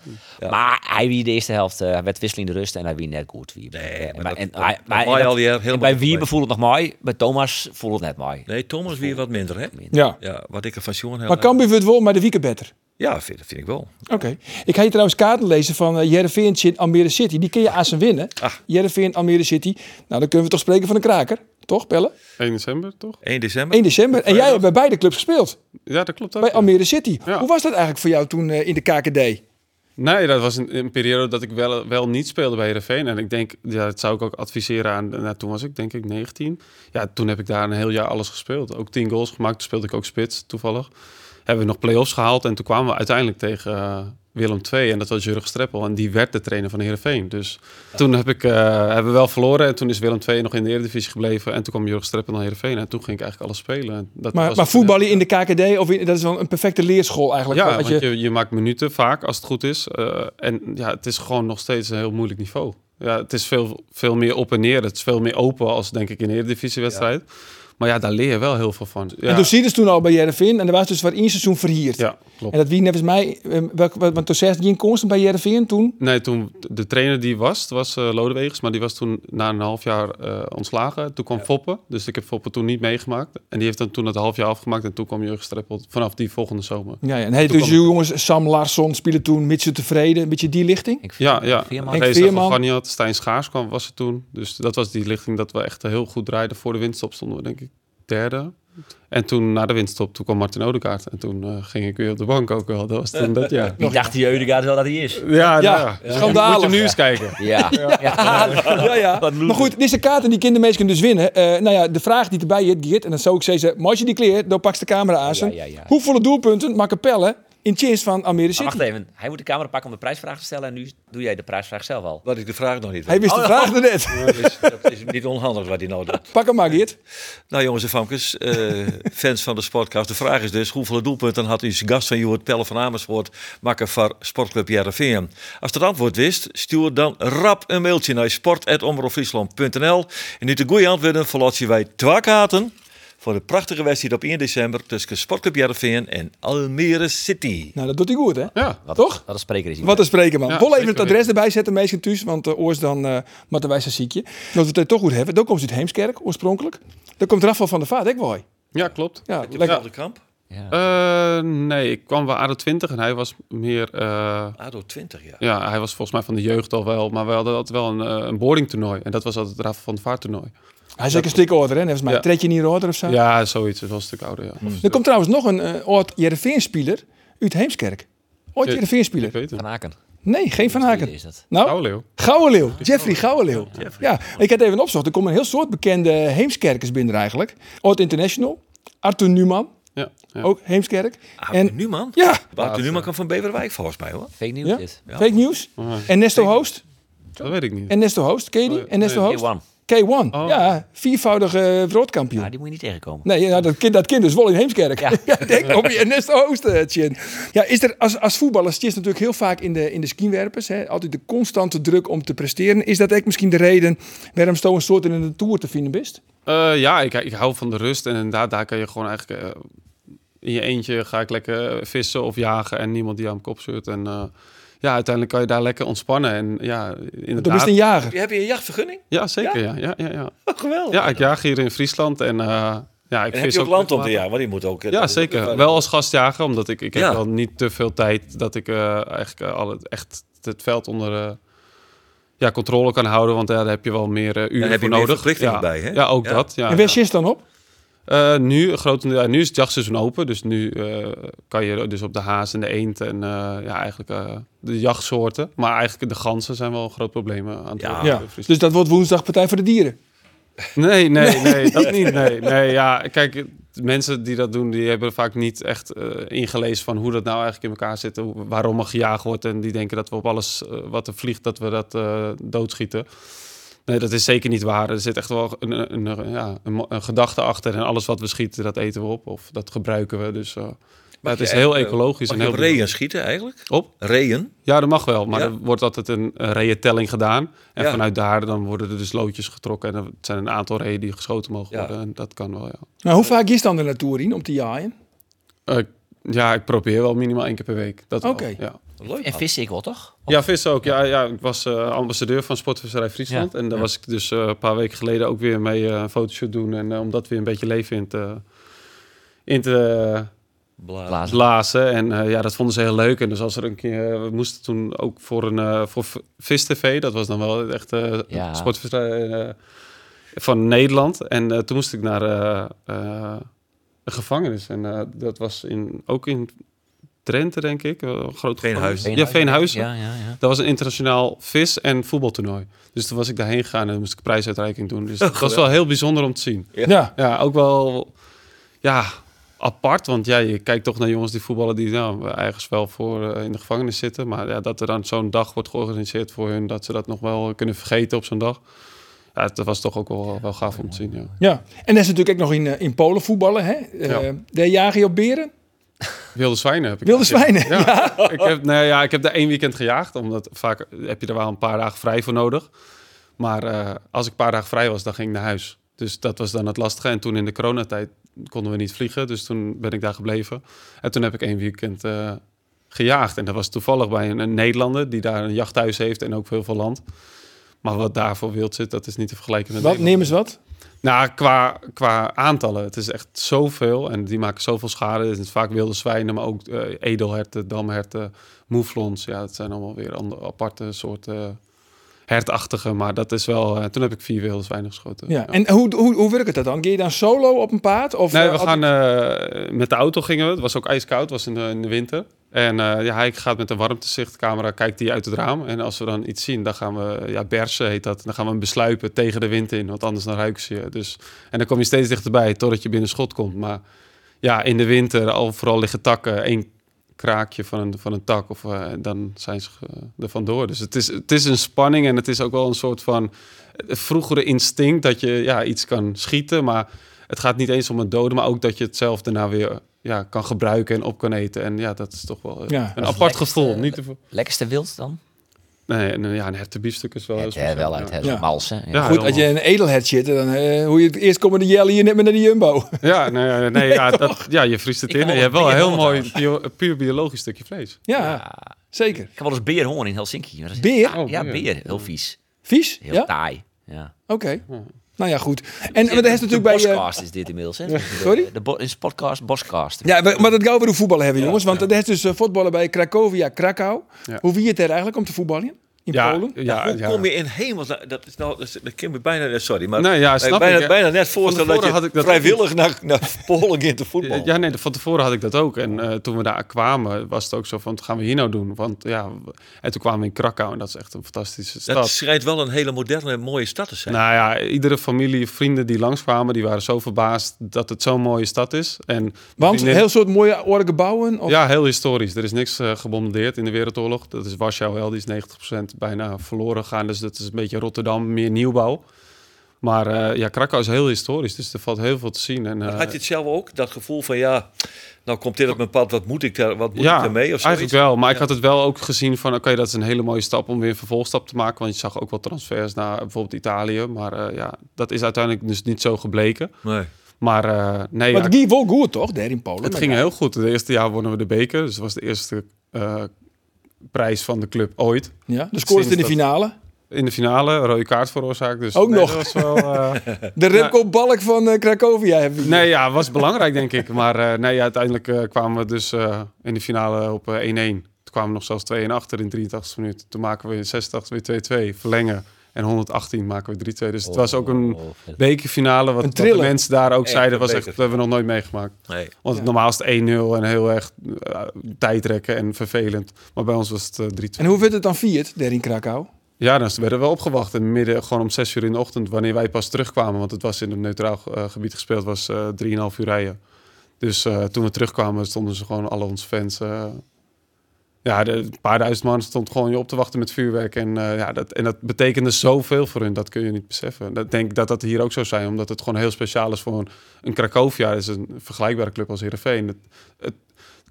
F: Maar hij wie de eerste helft, eh, hij werd wisselende rust en hij wie net goed. Wie.
E: Nee, maar
F: maar
E: dat-
F: en,
E: dat-
F: hij-
E: dat
F: maar-
E: mooi
F: en
E: al die jaar,
F: en
E: helemaal
F: bij
E: goed
F: wie
E: mee.
F: voelt het nog mooi, bij Thomas voelt het net mooi.
E: Nee, Thomas weer wat minder, hè?
A: Ja.
E: Ja, wat ik er van Sjoen heb.
A: Maar Cambuur wordt wel, maar de wieken beter.
E: Ja, vind, dat vind ik wel.
A: Oké. Ik ga je trouwens kaarten lezen van eh, Heerenveen in Almere City. Die kun je aan zijn winnen.
E: Ach.
A: Heerenveen, Almere City. Nou, dan kunnen we toch spreken van een kraker. Toch, Pelle?
D: 1 december, toch?
E: 1 december.
A: 1 december. En jij hebt bij beide clubs gespeeld.
D: Ja, dat klopt ook.
A: Bij
D: ja.
A: Almere City.
D: Ja.
A: Hoe was dat eigenlijk voor jou toen eh, in de KKD?
D: Nee, dat was een, een periode dat ik wel, wel niet speelde bij Heerenveen. En ik denk, ja, dat zou ik ook adviseren aan... Nou, toen was ik denk ik 19. Ja, toen heb ik daar een heel jaar alles gespeeld. Ook 10 goals gemaakt. Toen speelde ik ook spits, toevallig. Hebben we nog play-offs gehaald. En toen kwamen we uiteindelijk tegen eh, Willem II. En dat was Jurgen Streppel. En die werd de trainer van Heerenveen. Dus toen heb ik, eh, hebben we wel verloren. En toen is Willem II nog in de Eredivisie gebleven. En toen kwam Jurgen Streppel naar Heerenveen. En toen ging ik eigenlijk alles spelen. En dat
A: Maar,
D: was-
A: maar voetballen in de KKD, of in- dat is wel een perfecte leerschool eigenlijk.
D: ja,
A: Als
D: want je... Je, maakt minuten vaak als het goed is. Eh, en ja, het is gewoon nog steeds een heel moeilijk niveau. Ja, het is veel, veel meer op en neer. Het is veel meer open als denk ik in een eredivisiewedstrijd. Maar ja, daar leer je wel heel veel van. Ja,
A: En toen zie je toen al bij Jerevin. En er was dus waar één seizoen verhierd.
D: ja
A: En
D: klopt.
A: dat wie net als mij, eh, welk- wat- want toen zei je in constant bij Jerevin toen.
D: Nee, toen de trainer die was, dat was eh Lodewegens, maar die was toen na een half jaar eh, ontslagen. Toen kwam Foppen, dus ik heb Foppen toen niet meegemaakt. En die heeft dan toen het half jaar afgemaakt en toen kwam Jurgen Streppel vanaf die volgende zomer.
A: Ja, ja. En hey,
D: Toen
A: dus
D: kwam-
A: jongens, Sam Larsson speelde toen, Mitsu tevreden. Een beetje die lichting.
F: Ik
D: Ja, ja.
F: Veerman.
A: Henk
D: Rees daarvan
A: Veerman.
D: Gagniat, Stijn Schaars kwam, was het toen. Dus dat was die lichting dat we echt heel goed draaiden. Voor de winststop stonden we denk ik derde. En toen na de winststop, toen kwam Martin Odegaard. En toen eh, ging ik weer op de bank ook wel. Dat was toen dat jaar.
F: Die dacht die Eudegaard wel dat hij is.
D: Ja,
A: Ja,
D: ja.
A: schandalig.
D: Moet je hem nu eens kijken.
F: Ja.
A: Ja, ja. Maar goed, dit is de kaart en die kindermees kunnen dus winnen. Eh, nou ja, de vraag die erbij zit, Geert, en dan zou ik zeggen, maar als je die kleert, dan pak je de camera aan. ze.
F: Ja, ja, ja.
A: Hoeveel doelpunten maken Pelle in chance van Almere
F: Maar
A: City?
F: wacht even, hij moet de camera pakken om de prijsvraag te stellen en nu doe jij de prijsvraag zelf al.
E: Dat ik de vraag nog niet
A: Hij
E: weet.
A: wist de vraag er net.
E: [laughs] Dat is, dat is niet onhandig wat hij nou doet.
A: Pak hem maar, Geert.
E: Nou jongens en famkes, [laughs] eh, fans van de Sportcast. De vraag is dus, hoeveel doelpunten had uw gast van Joert Pelle van Amersfoort maken voor Sportclub Jarreveen? Als je het antwoord wist, stuur dan rap een mailtje naar sport.omroepfriesland.nl En nu de goede antwoorden verlotsen wij twee kaarten voor de prachtige wedstrijd op 1 december tussen Sportclub Jarreveen en Almere City.
A: Nou, dat doet hij goed, hè?
D: Ja.
F: Wat,
A: Toch?
F: Wat een spreker is hij.
A: Wat een spreker, man.
D: Ja,
A: Wil even
D: zeker
A: het adres erbij zetten, meestal thuis, want eh oors dan eh moeten wij zijn ziekje. Dat we het eh, toch goed hebben. Dan komt ze uit Heemskerk, oorspronkelijk. Dan komt Rafael van der Vaart, ik wel.
D: Ja, klopt.
A: Ja,
E: Je
A: lekker.
E: op de kamp?
F: Ja.
D: Eh, nee, ik kwam bij ADO 20 en hij was meer... eh,
E: ADO 20, ja.
D: ja, hij was volgens mij van de jeugd al wel. Maar we hadden altijd wel een, eh, een boarding toernooi. En dat was altijd het Rafa van het Vaart toernooi.
A: Hij is ook een stuk ouder, hè? Volgens mij
D: Ja.
A: tred je niet ouder of zo.
D: Ja, zoiets. Dat was een stuk ouder, ja.
A: Er komt trouwens nog een eh oud Jereveen-speler uit Heemskerk. Ooit
D: Ja,
A: Jereveen-speler.
D: Ik weet het.
F: Van Aken.
A: Nee, geen Van Haken.
F: Is dat.
A: Nou,
D: Oude leeuw.
A: Gouwenleeuw. Jeffrey Gouwenleeuw. Ja, ik had even opgezocht. Er komen een heel soort bekende Heemskerkers binnen eigenlijk. Oud International. Arthur Newman,
D: Ja, ja.
A: ook Heemskerk.
F: Ah,
E: Arthur
A: En
E: Numan?
A: ja,
E: Arthur Numan kan van Beverwijk volgens mij hoor.
F: Fake news
A: Ja?
F: dit.
A: fake news.
D: Oh,
A: En Nesto Host.
D: dat weet ik niet.
A: En Nesto Host, ken je die?
D: Oh,
A: En Nesto
D: nee.
F: Hey,
A: Host.
F: Juan.
A: K1.
D: Oh.
A: Ja, viervoudige eh,
F: Ja,
A: wereldkampioen.
F: die moet je niet tegenkomen.
A: Nee, ja, dat, kind, dat kind is wel in Heemskerk. [laughs] Ja.
F: Ja.
A: denk op je Ernesto Oosten, eh, Tjin. Ja, is er als, als voetballers, je is natuurlijk heel vaak in de, in de skienwerpers, hè, altijd de constante druk om te presteren. Is dat ook misschien de reden waarom zo een soort in de tour te vinden bist?
D: Eh, ja, ik, ik hou van de rust. En inderdaad, daar kan je gewoon eigenlijk... eh, in je eentje ga ik lekker vissen of jagen. En niemand die aan mijn kop zeurt. En eh, ja, uiteindelijk kan je daar lekker ontspannen. En ja,
A: Dan bist
D: inderdaad.
A: een jager.
E: Heb je een jachtvergunning?
D: Ja, zeker. Ja, ja, ja. ja.
A: Oh.
E: geweldig.
D: Ja, ik jaag hier in Friesland en eh, ja, ik
E: en heb
D: vis
E: je ook land om te
D: regelmatig.
E: jagen? Want die moet ook... eh,
D: Ja, zeker. Wel als gastjager, omdat ik, ik heb
E: Ja.
D: wel niet te veel tijd dat ik eh, eigenlijk eh, al het, echt het veld onder eh, ja, controle kan houden. Want ja, daar heb je wel meer eh, uren
E: heb je
D: voor
E: meer
D: nodig.
E: verplichtingen
D: ja.
E: bij, hè?
D: Ja, ook
E: Ja.
D: dat. Ja,
A: en waar is dan op?
D: Eh, nu, grotendeel, ja, nu is het jachtseizoen open, dus nu eh, kan je dus op de haas en de eend en eh, ja, eigenlijk eh, de jachtsoorten. Maar eigenlijk de ganzen zijn wel een groot probleem eh, aan het
E: Ja.
D: worden in
A: Ja,
D: Friesland.
A: dus dat wordt woensdag Partij voor de Dieren.
D: Nee, nee, nee, dat niet. Nee, nee, ja, kijk, de mensen die dat doen, die hebben vaak niet echt eh, ingelezen van hoe dat nou eigenlijk in elkaar zit, hoe- waarom er gejaagd wordt. En die denken dat we op alles eh, wat er vliegt, dat we dat eh, doodschieten. Nee, dat is zeker niet waar. Er zit echt wel een, een, een- ja, een, mo- een gedachte achter. En alles wat we schieten, dat eten we op of dat gebruiken we. Dus eh, ja, het is heel ecologisch.
E: Mag
D: en
E: je
D: heel
E: op
D: duurzaam.
E: reeën schieten eigenlijk?
D: Op?
E: Reeën?
D: Ja, dat mag wel. Maar
E: Ja.
D: er wordt altijd een, een reëntelling gedaan. En
E: Ja.
D: vanuit daar dan worden er dus loodjes getrokken. En er zijn een aantal reeën die geschoten mogen
E: Ja.
D: worden. En dat kan wel, ja.
A: Nou, hoe vaak is dan de naartoe in om te jaaien?
D: Eh, ja, ik probeer wel minimaal één keer per week. Dat wel,
A: Oké.
D: ja.
E: Leuk.
F: En vissen ik wel, toch?
D: ja, vis ook. Ja, ja, ik was eh, ambassadeur van Sportvisserij Friesland.
F: Ja.
D: En daar was ik dus eh, een paar weken geleden ook weer mee eh, een fotoshoot doen. En eh, om dat weer een beetje leven in te, in te eh,
E: Bla.
F: Blazen.
D: blazen. En eh, ja, dat vonden ze heel leuk. En dus als er een keer... eh, we moesten toen ook voor, een, eh, voor v- Vis TV. Dat was dan wel echt eh
F: Ja.
D: sportvisserij eh, van Nederland. En eh, toen moest ik naar eh, eh, een gevangenis. En eh, dat was in, ook in Drenthe, denk ik. eh, Een groot
E: Veenhuizen.
D: gevangenis. Ja, Veenhuizen.
F: Ja, ja, ja.
D: Dat was een internationaal vis- en voetbaltoernooi. Dus toen was ik daarheen gegaan en dan moest ik prijsuitreiking doen. Dus dat was wel heel bijzonder om te zien.
E: Ja.
A: Ja.
D: Ja, ook wel ja, apart. Want ja, je kijkt toch naar jongens die voetballen die nou, ergens wel voor eh, in de gevangenis zitten. Maar ja, dat er dan zo'n dag wordt georganiseerd voor hun, dat ze dat nog wel kunnen vergeten op zo'n dag. Ja, dat was toch ook wel, wel gaaf om te zien. Ja,
A: Ja. En dat is natuurlijk ook nog in, eh, in Polen voetballen, hè? Eh
D: Ja.
A: Daar jagen je op beren.
D: wilde zwijnen heb ik.
A: Wilde
D: gezien.
A: zwijnen,
D: Ja. Ik, heb, nou ja, ik heb daar één weekend gejaagd, omdat vaak heb je er wel een paar dagen vrij voor nodig. Maar eh, als ik een paar dagen vrij was, dan ging ik naar huis. Dus dat was dan het lastige. En toen in de coronatijd konden we niet vliegen. Dus toen ben ik daar gebleven. En toen heb ik één weekend eh, gejaagd. En dat was toevallig bij een, een Nederlander die daar een jachthuis heeft en ook heel veel land. Maar wat daar voor wild zit, dat is niet te vergelijken met
A: Wat,
D: Nederland.
A: neem eens wat.
D: Nou, qua, qua aantallen. Het is echt zoveel. En die maken zoveel schade. Het is vaak wilde zwijnen, maar ook eh, edelherten, damherten, mouflons. Ja, het zijn allemaal weer andere, aparte soorten eh, hertachtige. Maar dat is wel... eh, toen heb ik vier wilde zwijnen geschoten.
A: Ja. En hoe, hoe, hoe werkt het dan? Geer je dan solo op een paard? Of,
D: Nee,
A: eh,
D: we
A: altijd-
D: gaan eh, met de auto gingen we. Het was ook ijskoud, het was in de, in de winter. En eh, ja, hij gaat met een warmtezichtcamera, kijkt die uit het raam. En als we dan iets zien, dan gaan we, ja, bersen heet dat. Dan gaan we hem besluipen tegen de wind in, want anders dan ruiken ze je. Dus, en dan kom je steeds dichterbij, totdat je binnen schot komt. Maar ja, in de winter, al vooral liggen takken, één kraakje van een, van een tak, of eh, dan zijn ze eh, er vandoor. Dus het is, het is een spanning en het is ook wel een soort van eh, vroegere instinct dat je ja, iets kan schieten, maar het gaat niet eens om het doden, maar ook dat je het zelf daarna weer ja, kan gebruiken en op kan eten. En ja, dat is toch wel eh,
A: Ja.
D: een
F: is
D: apart
F: lekkerste-
D: gevoel. Niet
F: Eh,
D: te veel-
F: Lekkerste wild dan?
D: nee, een, ja, een hertenbiefstuk is wel heel
F: Ja,
D: speciaal,
F: wel uit
D: ja.
F: het
A: Ja.
F: mals, hè? Ja.
D: Ja,
A: Goed, als je in een edelhert zit, dan eh, hoe je het eerst komen de jellen hier net met naar de Jumbo. [laughs]
D: Ja, nee, nee, ja, dat, ja, je vriest het
F: Ik
D: in.
F: hou
D: en Je hebt
F: van
D: wel een heel
F: beerhonger
D: mooi bio- puur biologisch stukje vlees.
A: Ja, zeker.
F: Ik heb wel eens beer honger in Helsinki. maar dat is-
A: Beer?
D: Oh,
F: ja,
D: beer.
F: beer. Heel vies.
A: Vies?
F: Heel
A: ja?
F: taai. Ja.
A: Oké. Nou ja, goed. En maar dat heeft
F: de
A: natuurlijk bij... eh,
F: Boscast is dit inmiddels, hè?
A: Sorry?
F: De, bo- is podcast, Boscast.
A: ja, we- maar dat gaan we over voetballen hebben, jongens. Want dat is dus eh, voetballen bij Cracovia, Krakau.
D: Ja.
A: Hoe wie het er eigenlijk om te voetballen? In
D: Ja, eh,
A: Polen?
D: ja,
E: Hoe
D: ja.
E: kom je in hemels... Dat is nou... Dat, is- dat kan me bijna... Sorry, maar...
D: Nee, ja, snap
E: bijna,
D: ik, hè.
E: bijna net voorstellen dat je
D: tevoren had ik dat
E: vrijwillig naar, naar
D: [laughs]
E: Polen ging te voetbal.
D: Ja, nee, van tevoren had ik dat ook. En eh, toen we daar kwamen, was het ook zo van, wat gaan we hier nou doen? Want ja, w- en toen kwamen we in Krakau en dat is echt een fantastische stad.
E: dat schijnt wel een hele moderne, mooie stad te zijn.
D: Nou ja, iedere familie, vrienden die langskwamen, die waren zo verbaasd dat het zo'n mooie stad is. En
A: Want
D: vriendin-
A: een heel soort mooie orde bouwen? Of...
D: Ja, heel historisch. Er is niks eh, gebombardeerd in de Wereldoorlog. Dat is Warschau wel, die is 90% bijna verloren gegaan. Dus dat is een beetje Rotterdam, meer nieuwbouw. Maar eh, ja, Krakau is heel historisch, dus er valt heel veel te zien. En, eh,
E: Had je het zelf ook, dat gevoel van ja, nou komt dit op mijn pad, wat moet ik daar, wat moet ik daarmee? Of zoiets?
D: eigenlijk wel. Maar ik had het wel ook gezien van... oké, dat is een hele mooie stap om weer een vervolgstap te maken. Want je zag ook wel transfers naar bijvoorbeeld Italië. Maar eh, ja, dat is uiteindelijk dus niet zo gebleken.
E: Nee.
D: Maar eh, nee,
A: Maar
D: ja,
A: het ging wel goed, toch? Daar in Polen.
D: het ging heel goed. Het eerste jaar wonnen we de beker. Dus dat was de eerste eh, prijs van de club ooit.
A: Ja, de scoorde het in de
D: Sinds
A: finale.
D: In de finale, een rode kaart veroorzaakt. Dus
A: Ook
D: nee,
A: nog.
D: dat was wel, eh,
A: De Remco Balk van eh Cracovia hebben we hier.
D: nee, ja, was belangrijk denk ik. Maar eh, nee, ja, uiteindelijk eh, kwamen we dus eh, in de finale op eh, 1-1. Toen kwamen we nog zelfs 2-1 achter in 83 minuten. Toen maken we in 86 weer 2-2, verlengen. En 118 maken we 3-2. Dus het was ook een bekerfinale. Wat,
A: Een
D: wat de
A: thriller.
D: mensen daar ook
E: Oh, Echt
D: zeiden,
E: een
D: was echt, dat
E: beker.
D: hebben we nog nooit meegemaakt.
E: Nee.
D: Want normaal is het 1-0 en heel erg eh, tijdrekken en vervelend. Maar bij ons was het eh, 3-2.
A: En hoe werd het dan vierd, daar in Krakau?
D: Ja, dan werden we wel opgewacht. En midden, gewoon om zes uur in de ochtend, wanneer wij pas terugkwamen. Want het was in een neutraal eh, gebied gespeeld, was eh, drieënhalf uur rijden. Dus eh, toen we terugkwamen, stonden ze gewoon alle onze fans. eh, ja, de een paar duizend man stond gewoon je op te wachten met vuurwerk. En, eh, ja, dat, en dat betekende zoveel voor hun, dat kun je niet beseffen. Dat- Ik denk dat dat hier ook zo zijn, omdat het gewoon heel speciaal is voor een, een Cracovia. Dat is een vergelijkbare club als Heerenveen. Het, het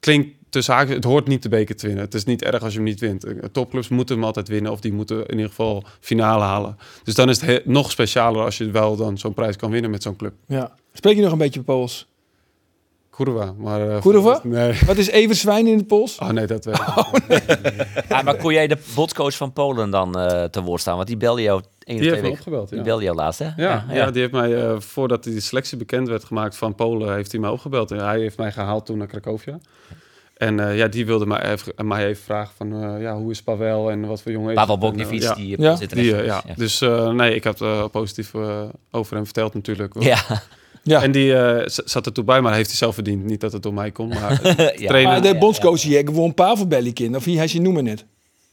D: klinkt tussen haakjes, het hoort niet de beker te winnen. Het is niet erg als je hem niet wint. Eh, Topclubs moeten hem altijd winnen of die moeten in ieder geval finale halen. Dus dan is het he- nog specialer als je wel dan zo'n prijs kan winnen met zo'n club.
A: Ja. Spreek je nog een beetje Pools?
D: Kurwa. Maar, eh,
A: Kurwa?
D: Nee.
A: Wat is Everzwijn in het Pools?
D: Oh nee, dat weet ik niet.
F: Ah, maar kon jij de botcoach van Polen dan eh, te woord staan? Want die belde jou één of
D: Die
F: twee
D: heeft me
F: weken.
D: opgebeld.
F: Die
D: Ja.
F: belde jou laatst, hè?
D: Ja, ja, die heeft mij, eh, voordat die selectie bekend werd gemaakt van Polen, heeft hij mij opgebeld. En hij heeft mij gehaald toen naar Cracovia. En eh, ja, die wilde mij even, mij even vragen van, eh, ja, hoe is Pavel en wat voor jongen is
F: Pavel
D: het? En, eh,
F: Bogdanovic,
D: ja.
F: die
A: Ja.
F: eh, zit er
D: Die,
F: echt
D: eh, ja.
F: in.
D: Dus eh, nee, ik heb eh, positief eh, over hem verteld natuurlijk.
F: Ja.
A: Ja.
D: En die eh, z- zat er toen bij, maar heeft hij zelf verdiend. Niet dat het door mij komt,
A: [laughs]
D: maar
F: Ja.
D: trainen.
A: Maar de Ah, bondscoach hier, gewoon Pavelbellikin, of wie hij ze noemen net.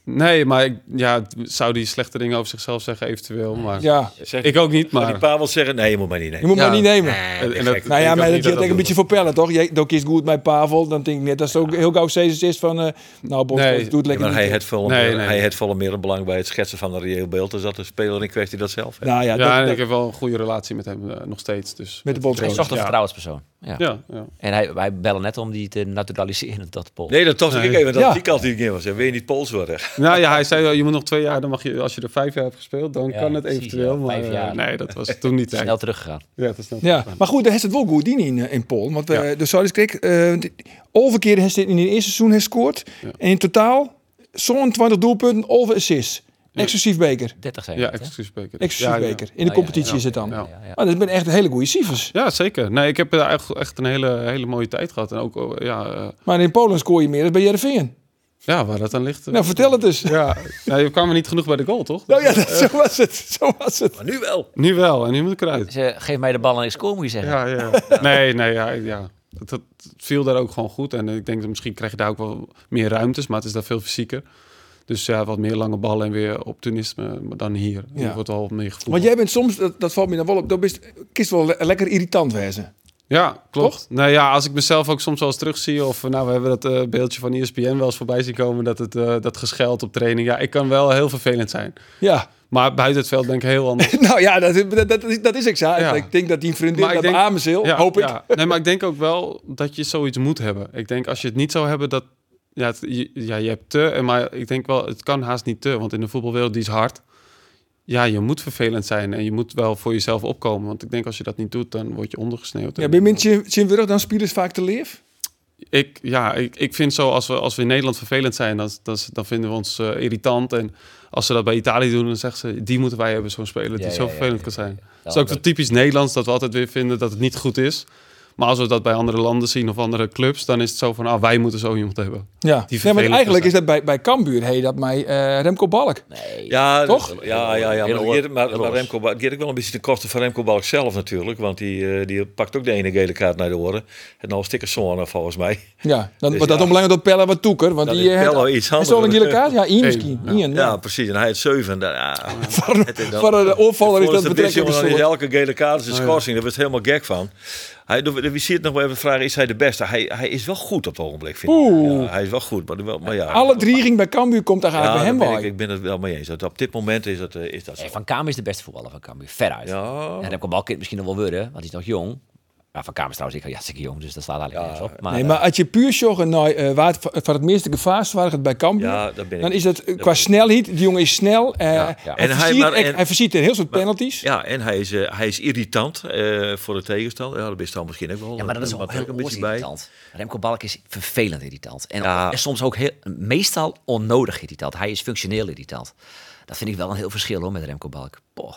D: Nee, maar ik, ja, zou die slechte dingen over zichzelf zeggen eventueel. Maar
A: Ja,
E: Zeg,
D: ik ook niet,
E: zou
D: maar...
E: die Pavel zeggen, nee, je moet mij niet
A: je
E: nemen.
A: moet
D: Ja.
A: maar niet nemen.
D: en- en dat- ik
A: Nou ja,
D: denk
A: maar
D: ook
A: dat
D: niet
A: je het echt een
D: dat-
A: beetje voorpellen, toch? Jij dat is goed met Pavel, dan denk ik net dat het ook heel gauw Cezes is van... eh, nou, bondscoach,
D: Nee.
A: doe het
E: Ja,
A: lekker
E: maar hij
A: niet.
E: had veel
D: Nee,
E: meer,
D: nee.
E: hij had veel meer een belang bij het schetsen van een reëel beeld. Dus dat de speler in kwestie dat zelf heeft.
A: Nou ja,
D: Ja,
A: dat-
D: en
A: dat-
D: ik heb wel een goede relatie met hem eh, nog steeds. Dus
A: Met de bondscoach.
F: Hij zocht een vertrouwenspersoon. Ja.
D: Ja, ja.
F: En hij, wij bellen net om die te naturaliseren, dat Pool.
E: Nee, dat dacht ik
D: Nee.
E: even. Dat
A: Ja.
E: die kant die ik in was. hè. Wil je niet Pools worden?
D: Nou ja, hij zei, je moet nog twee jaar, dan mag je, als je er vijf jaar hebt gespeeld, dan
F: Ja,
D: kan het
F: precies,
D: eventueel.
F: ja,
D: maar
F: vijf
D: eh,
F: jaar.
D: nee, dat was toen niet.
F: [laughs] Snel teruggegaan.
D: Ja, te snel.
A: Ja, maar goed, daar is het wel goed in in, eh, in Polen. Want eh, de Saudis kreeg eh over keer heeft hij in het eerste seizoen gescoord. En in totaal zo'n 20 doelpunten over assists. Exclusief beker.
F: 30 zijn
D: Ja,
F: ja, het,
D: excuse beker.
A: Exclusief
D: Ja, ja.
A: beker. In de
F: Ah,
A: competitie
F: ja,
A: is het dan.
D: ja.
F: Ja, ja.
A: Maar dat zijn echt hele goede cijfers.
D: Ja, zeker. Nee, ik heb daar echt, echt een hele, hele mooie tijd gehad. En ook, oh, ja, eh,
A: Maar in Polen scoor je meer dan bij Jereveen.
D: ja waar dat aan ligt. eh,
A: Nou, vertel het eens.
D: Ja, nou, je kwam er niet genoeg bij de goal, toch?
A: Nou ja, dat, zo was het. Zo was het.
E: Maar nu wel.
D: Nu wel, en nu moet ik eruit.
F: Ze, geef mij de bal en ik score, moet je zeggen.
D: Ja, ja. [laughs] Nee, nee, ja. ja. Het, het viel daar ook gewoon goed. En ik denk dat misschien krijg je daar ook wel meer ruimtes, maar het is daar veel fysieker. Dus ja, wat meer lange ballen en weer opportunisme dan hier.
A: Ja.
D: Hier wordt al meer gevoeld.
A: Want jij bent soms, dat, dat valt me dan wel op, dat is kist wel le- lekker irritant wezen.
D: Ja, klopt. Nou ja, als ik mezelf ook soms wel eens terugzie... of eh, nou, we hebben dat eh, beeldje van ESPN wel eens voorbij zien komen... dat het eh, dat gescheld op training... Ja, ik kan wel heel vervelend zijn.
A: Ja.
D: Maar buiten het veld denk ik heel anders.
A: [laughs] Nou ja, dat, is- dat, dat, is- dat is exact.
D: Ja.
A: Ik denk dat die vriendin
D: Maar ik
A: dat
D: denk-
A: beamen zal,
D: Ja,
A: hoop ik.
D: ja. Nee, maar ik denk ook wel dat je zoiets moet hebben. Ik denk als je het niet zou hebben, dat... Ja, het- je, ja, je hebt te, en maar ik denk wel, het kan haast niet te. Want in de voetbalwereld, die is hard. Ja, je moet vervelend zijn en je moet wel voor jezelf opkomen. Want ik denk als je dat niet doet, dan word je ondergesneeuwd.
A: Ja, ben je met Jim- Jim Wurg dan spelers vaak te leef?
D: Ik, ja, ik, ik vind zo, als we, als we in Nederland vervelend zijn, dan, dan, dan vinden we ons eh, irritant. En als ze dat bij Italië doen, dan zeggen ze, die moeten wij hebben, zo'n speler die
F: Ja,
D: zo
F: ja, ja,
D: vervelend
F: ja,
D: kan
F: ja,
D: zijn.
F: ja. Nou,
D: Dat is ook zo typisch Nederlands, dat we altijd weer vinden dat het niet goed is. Maar als we dat bij andere landen zien of andere clubs, dan is het zo van, ah, wij moeten zo iemand hebben.
A: Ja,
D: Die
A: nee, maar
D: vervelend
A: eigenlijk is
D: zijn.
A: dat bij, bij Kambuur, heet dat mij eh, Remco Balk.
F: Nee.
E: Ja,
A: Toch?
E: dat- Ja, ja, ja.
F: Heel
E: Maar,
F: hoor.
E: hier, maar,
F: Heel
E: maar
F: hoor.
E: Remco, Balk- hier ook wel een beetje ten koste van Remco Balk zelf natuurlijk. Want die, eh, die pakt ook de ene gele kaart naar de oren. En nou stikken zonen volgens mij.
A: Ja, dan
E: Dus
A: wordt dat
E: ja.
A: ombelangrijk dat Pelle wat toeker. Want
E: Dat
A: die
E: is
A: eh,
E: Pelle iets
A: Is dat een
E: handiger.
A: gele kaart? Ja, Ian misschien.
D: ja.
A: Ian,
E: Ja,
A: ja.
E: precies. En hij het zeven. daar- Ja. Het is dan-
A: Voor de oorvaller is
E: Volgens
A: dat
E: de Britse
A: betrekkelijk
E: jongen, dan
A: soort.
E: is elke gele kaart
A: Oh,
E: is een schorsing. Daar werd helemaal gek van. Hij, doet- wie ziet het nog wel even vragen, is hij de beste? Hij, hij is wel goed op het ogenblik, vind ik.
A: Oeh.
E: Ja, hij is wel goed, maar, wel- maar ja.
A: Alle drie ging bij Cambuur, komt daar
E: ja,
A: eigenlijk
E: daar
A: bij
E: ben
A: hem
E: ik,
A: bij.
E: ik ben het wel mee eens. Dat op dit moment is dat, eh, is dat zo.
F: Nee, Van Kamer is de beste voetballer van Cambuur, veruit.
E: Ja.
F: En Remco Balk kan het misschien nog wel worden, want hij is nog jong. Ja, van Kamer is trouwens ik, ja, zeker jong, dus dat slaat eigenlijk nergens op. Maar, eh,
A: Nee, maar als je puur zocht naar eh, waar het, van het meeste gevaar zwaar het bij Cambuur,
E: Ja, dat ben ik.
A: dan is dat eh,
E: Dat
A: qua
E: ben ik.
A: snelheid, die jongen is snel. eh,
F: ja.
A: Hij,
E: En hij-
A: versiert,
E: maar-
A: echt-
E: en-
A: hij versiert een heel soort penalties.
E: Ja, en hij is, eh, hij is irritant eh, voor de tegenstander. Ja, dat is dan misschien ook wel. eh,
F: ja, maar dat is ook
E: trek
F: heel irritant. Remco Balk is vervelend irritant. En,
E: Ja.
F: en soms ook heel, meestal onnodig irritant. Hij is functioneel irritant. Dat vind ik wel een heel verschil hoor, met Remco Balk. Boah.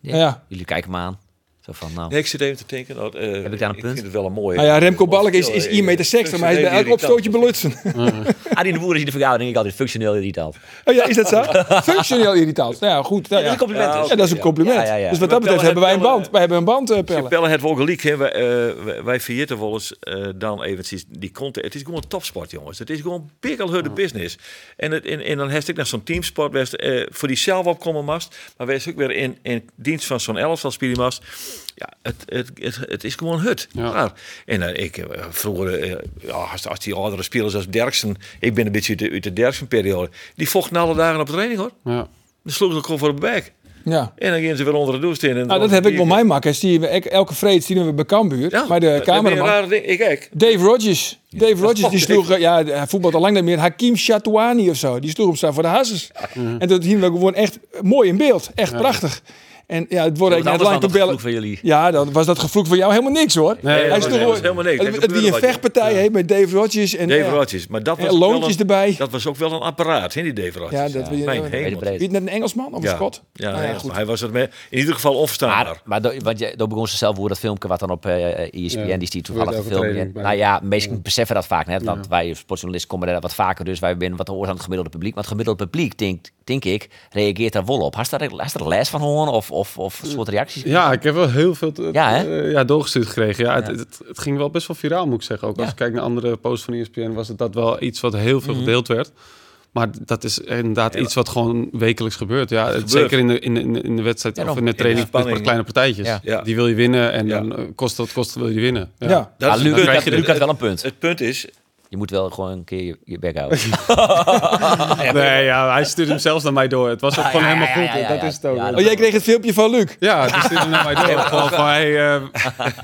F: Ja,
A: Ja.
F: Jullie kijken me aan. Zo van, nou,
E: Nee, ik zit even te denken. nou, eh,
F: Heb ik daar een punt?
E: vind het wel een mooie.
A: Nou ja, Remco Balk is, is
E: Eh,
A: 1,60 meter, maar hij is bij elk
E: functioneel
A: opstootje
E: irritant.
A: belutsen.
F: Arie de Boer is in de vergadering ik altijd functioneel irritant.
A: Oh ja, is dat zo? Functioneel irritant. Nou ja, goed. Nou,
F: dat is een compliment
A: Ja,
F: dus.
A: dat is een compliment.
F: Ja, ja, ja.
A: Dus wat
E: Maar
A: dat betreft
E: Pelle-
A: hebben wij een
E: Pelle-
A: band. Wij hebben een band, eh, Pelle.
E: Pellen het Wolgeliek, hè. wij, eh, wij- wij vergeten wel eens eh, dan eventjes die content. Het is gewoon topsport, jongens. Het is gewoon pikkelhudde business. En, het, en, en dan heb ik naar zo'n teamsport best, eh, voor die zelf opkomen mast. Maar wij is ook weer in, in dienst van zo'n elftal spelen mast. Ja, het, het, het, het is gewoon hut.
D: Ja.
E: Klaar. En eh, ik eh, vroeger, eh, ja, als, als die oudere spelers als Derksen, ik ben een beetje uit de, uit de Derksen-periode, die vochten alle dagen op training, hoor.
D: Ja.
E: Dan sloegen ze gewoon voor de bek.
A: Ja.
E: En dan gingen ze weer onder de douche in. En
A: Nou, dat heb ik wel mijn makkers. Die we elk- elke vreed zien we bij Kambuur.
E: Ja,
A: maar
E: dat
A: de
E: is
A: cameraman.
E: Een rare ding. Ik ook.
A: Dave Rogers. Dave Rogers die
E: fuck,
A: sloeg, eh, ja, hij voetbalt al lang niet meer. Hakim Chatouani of zo. Die sloeg hem staan voor de hazes. En dat zien we gewoon echt mooi in beeld. Echt prachtig. En ja, het wordt eigenlijk
F: Wat anders
A: net lang
F: dan
A: te
F: dat
A: bellen.
F: genoeg van jullie.
A: Ja, dan was dat gevloek van jou helemaal niks hoor.
D: Nee,
A: hij
D: dat
A: sloeg
D: was-
A: gewoon-
E: dat was helemaal niks.
A: Het,
E: Er
A: het, wie een
E: gebeurde wat.
A: vechtpartij heeft met Dave Rogers. En, eh,
E: Dave
A: ja.
E: Rogers. Maar dat was
A: en
E: wel
A: loontjes
E: een,
A: erbij.
E: Dat was ook wel een apparaat, hè, die Dave Rogers.
A: Ja, dat wil je-
E: Mijn
A: ja.
E: hemel.
F: Hele
A: Wie het net een Engelsman of een
E: Ja,
A: Schot?
E: ja,
A: Nou
E: ja,
A: goed.
E: hij was het mee, in ieder geval onverstaanbaar.
F: Maar, maar do- want je, dan begon ze zelf hoe dat filmpje wat dan op eh ESPN,
D: Ja,
F: die stiet toevallig
D: wordt
F: een
D: elke
F: filmpje.
D: training bij.
F: Nou ja, meestal beseffen dat vaak net, want wij eh, sportjournalisten komen daar wat vaker, dus wij winnen wat te horen aan het gemiddelde publiek. Maar het gemiddelde publiek, denk, denk ik, reageert daar wel op. Had je daar, had je daar les van horen of, of, of soort reacties?
D: Ja, ik heb wel heel veel te-
F: Ja, hè?
D: eh, ja, doorgestuurd gekregen. Ja, Het, het, het ging wel best wel viraal, moet ik zeggen. Ook als
F: Ja. Mhm.
D: ik kijk naar andere posts van E ESPN, was het dat wel iets wat heel veel gedeeld werd. Maar dat is inderdaad iets wat gewoon wekelijks gebeurt. Ja, het-
E: gebeurt.
D: zeker in de, in, de- in de wedstrijd
F: Ja,
D: of
F: dan-
D: in de training
E: in de
D: met
E: spanning.
D: kleine partijtjes.
F: Ja.
E: Ja.
D: Die wil je winnen en
E: Ja.
D: dan eh, kost dat kost wil je winnen.
A: Ja.
E: Dat
F: Ah,
E: is
F: Luc
E: het punt.
F: had- Luc had wel een punt.
E: Het, het punt is,
F: Je moet wel gewoon een keer je, je bek
A: [laughs]
F: houden. [laughs]
D: Nee, ja, hij stuurde hem zelfs naar mij door. Het was ook gewoon
F: Ah, ja,
D: helemaal
F: ja,
D: goed.
F: ja, ja,
D: dat
F: ja.
D: is het ook.
F: Ja,
D: Ja,
A: Oh, jij kreeg het filmpje van Luc.
D: die stuurde hem dus naar mij door. Gewoon van, hey, eh,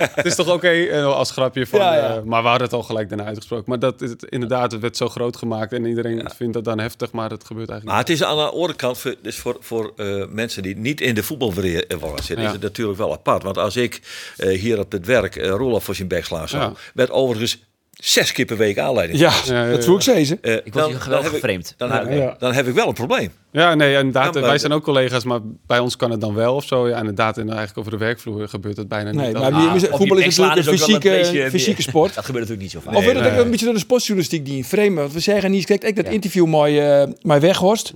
D: [laughs] het is toch oké eh, als grapje van...
A: Ja, ja.
D: eh, maar we hadden het al gelijk daarna uitgesproken. Maar dat is het, inderdaad, het werd zo groot gemaakt. En iedereen vindt dat dan heftig, maar dat gebeurt
E: Maar
D: eigenlijk
E: het is aan de andere kant, voor, dus voor, voor eh, mensen die niet in de voetbalwereld eh, zitten,
D: Ja.
E: is het natuurlijk wel apart. Want als ik eh, hier op het werk eh Rolaf voor zijn bek sla, zo,
D: Ja.
E: werd overigens zes keer per week aanleiding.
A: Ja,
D: Ja, ja,
A: dat
D: ja.
A: vroeg ze eens. hè?
E: Eh,
F: Ik
E: dan-
F: word hier
E: dan
F: geweldig
E: heb ik-
F: geframed.
E: Dan,
F: Maar-
E: heb ik-
D: ja.
E: dan heb ik wel een probleem.
D: Ja, nee, inderdaad.
E: Ja, maar-
D: wij zijn ook collega's, maar bij ons kan het dan wel of zo. Ja, inderdaad, en eigenlijk over de werkvoer gebeurt het bijna
A: Nee,
D: niet.
A: maar
D: Dat-
A: wie-
F: op
A: voetbal is
F: je bek slaan
A: natuurlijk een
F: ook wel
A: fysieke,
F: beetje- eh,
A: fysieke sport.
F: Dat gebeurt natuurlijk niet zo vaak.
A: of weet dat
D: nee.
A: ook een beetje door de sportjournalistiek die in frame. Want we zeggen niet, kijk, ik dat interview mooi, eh mooi weghorst.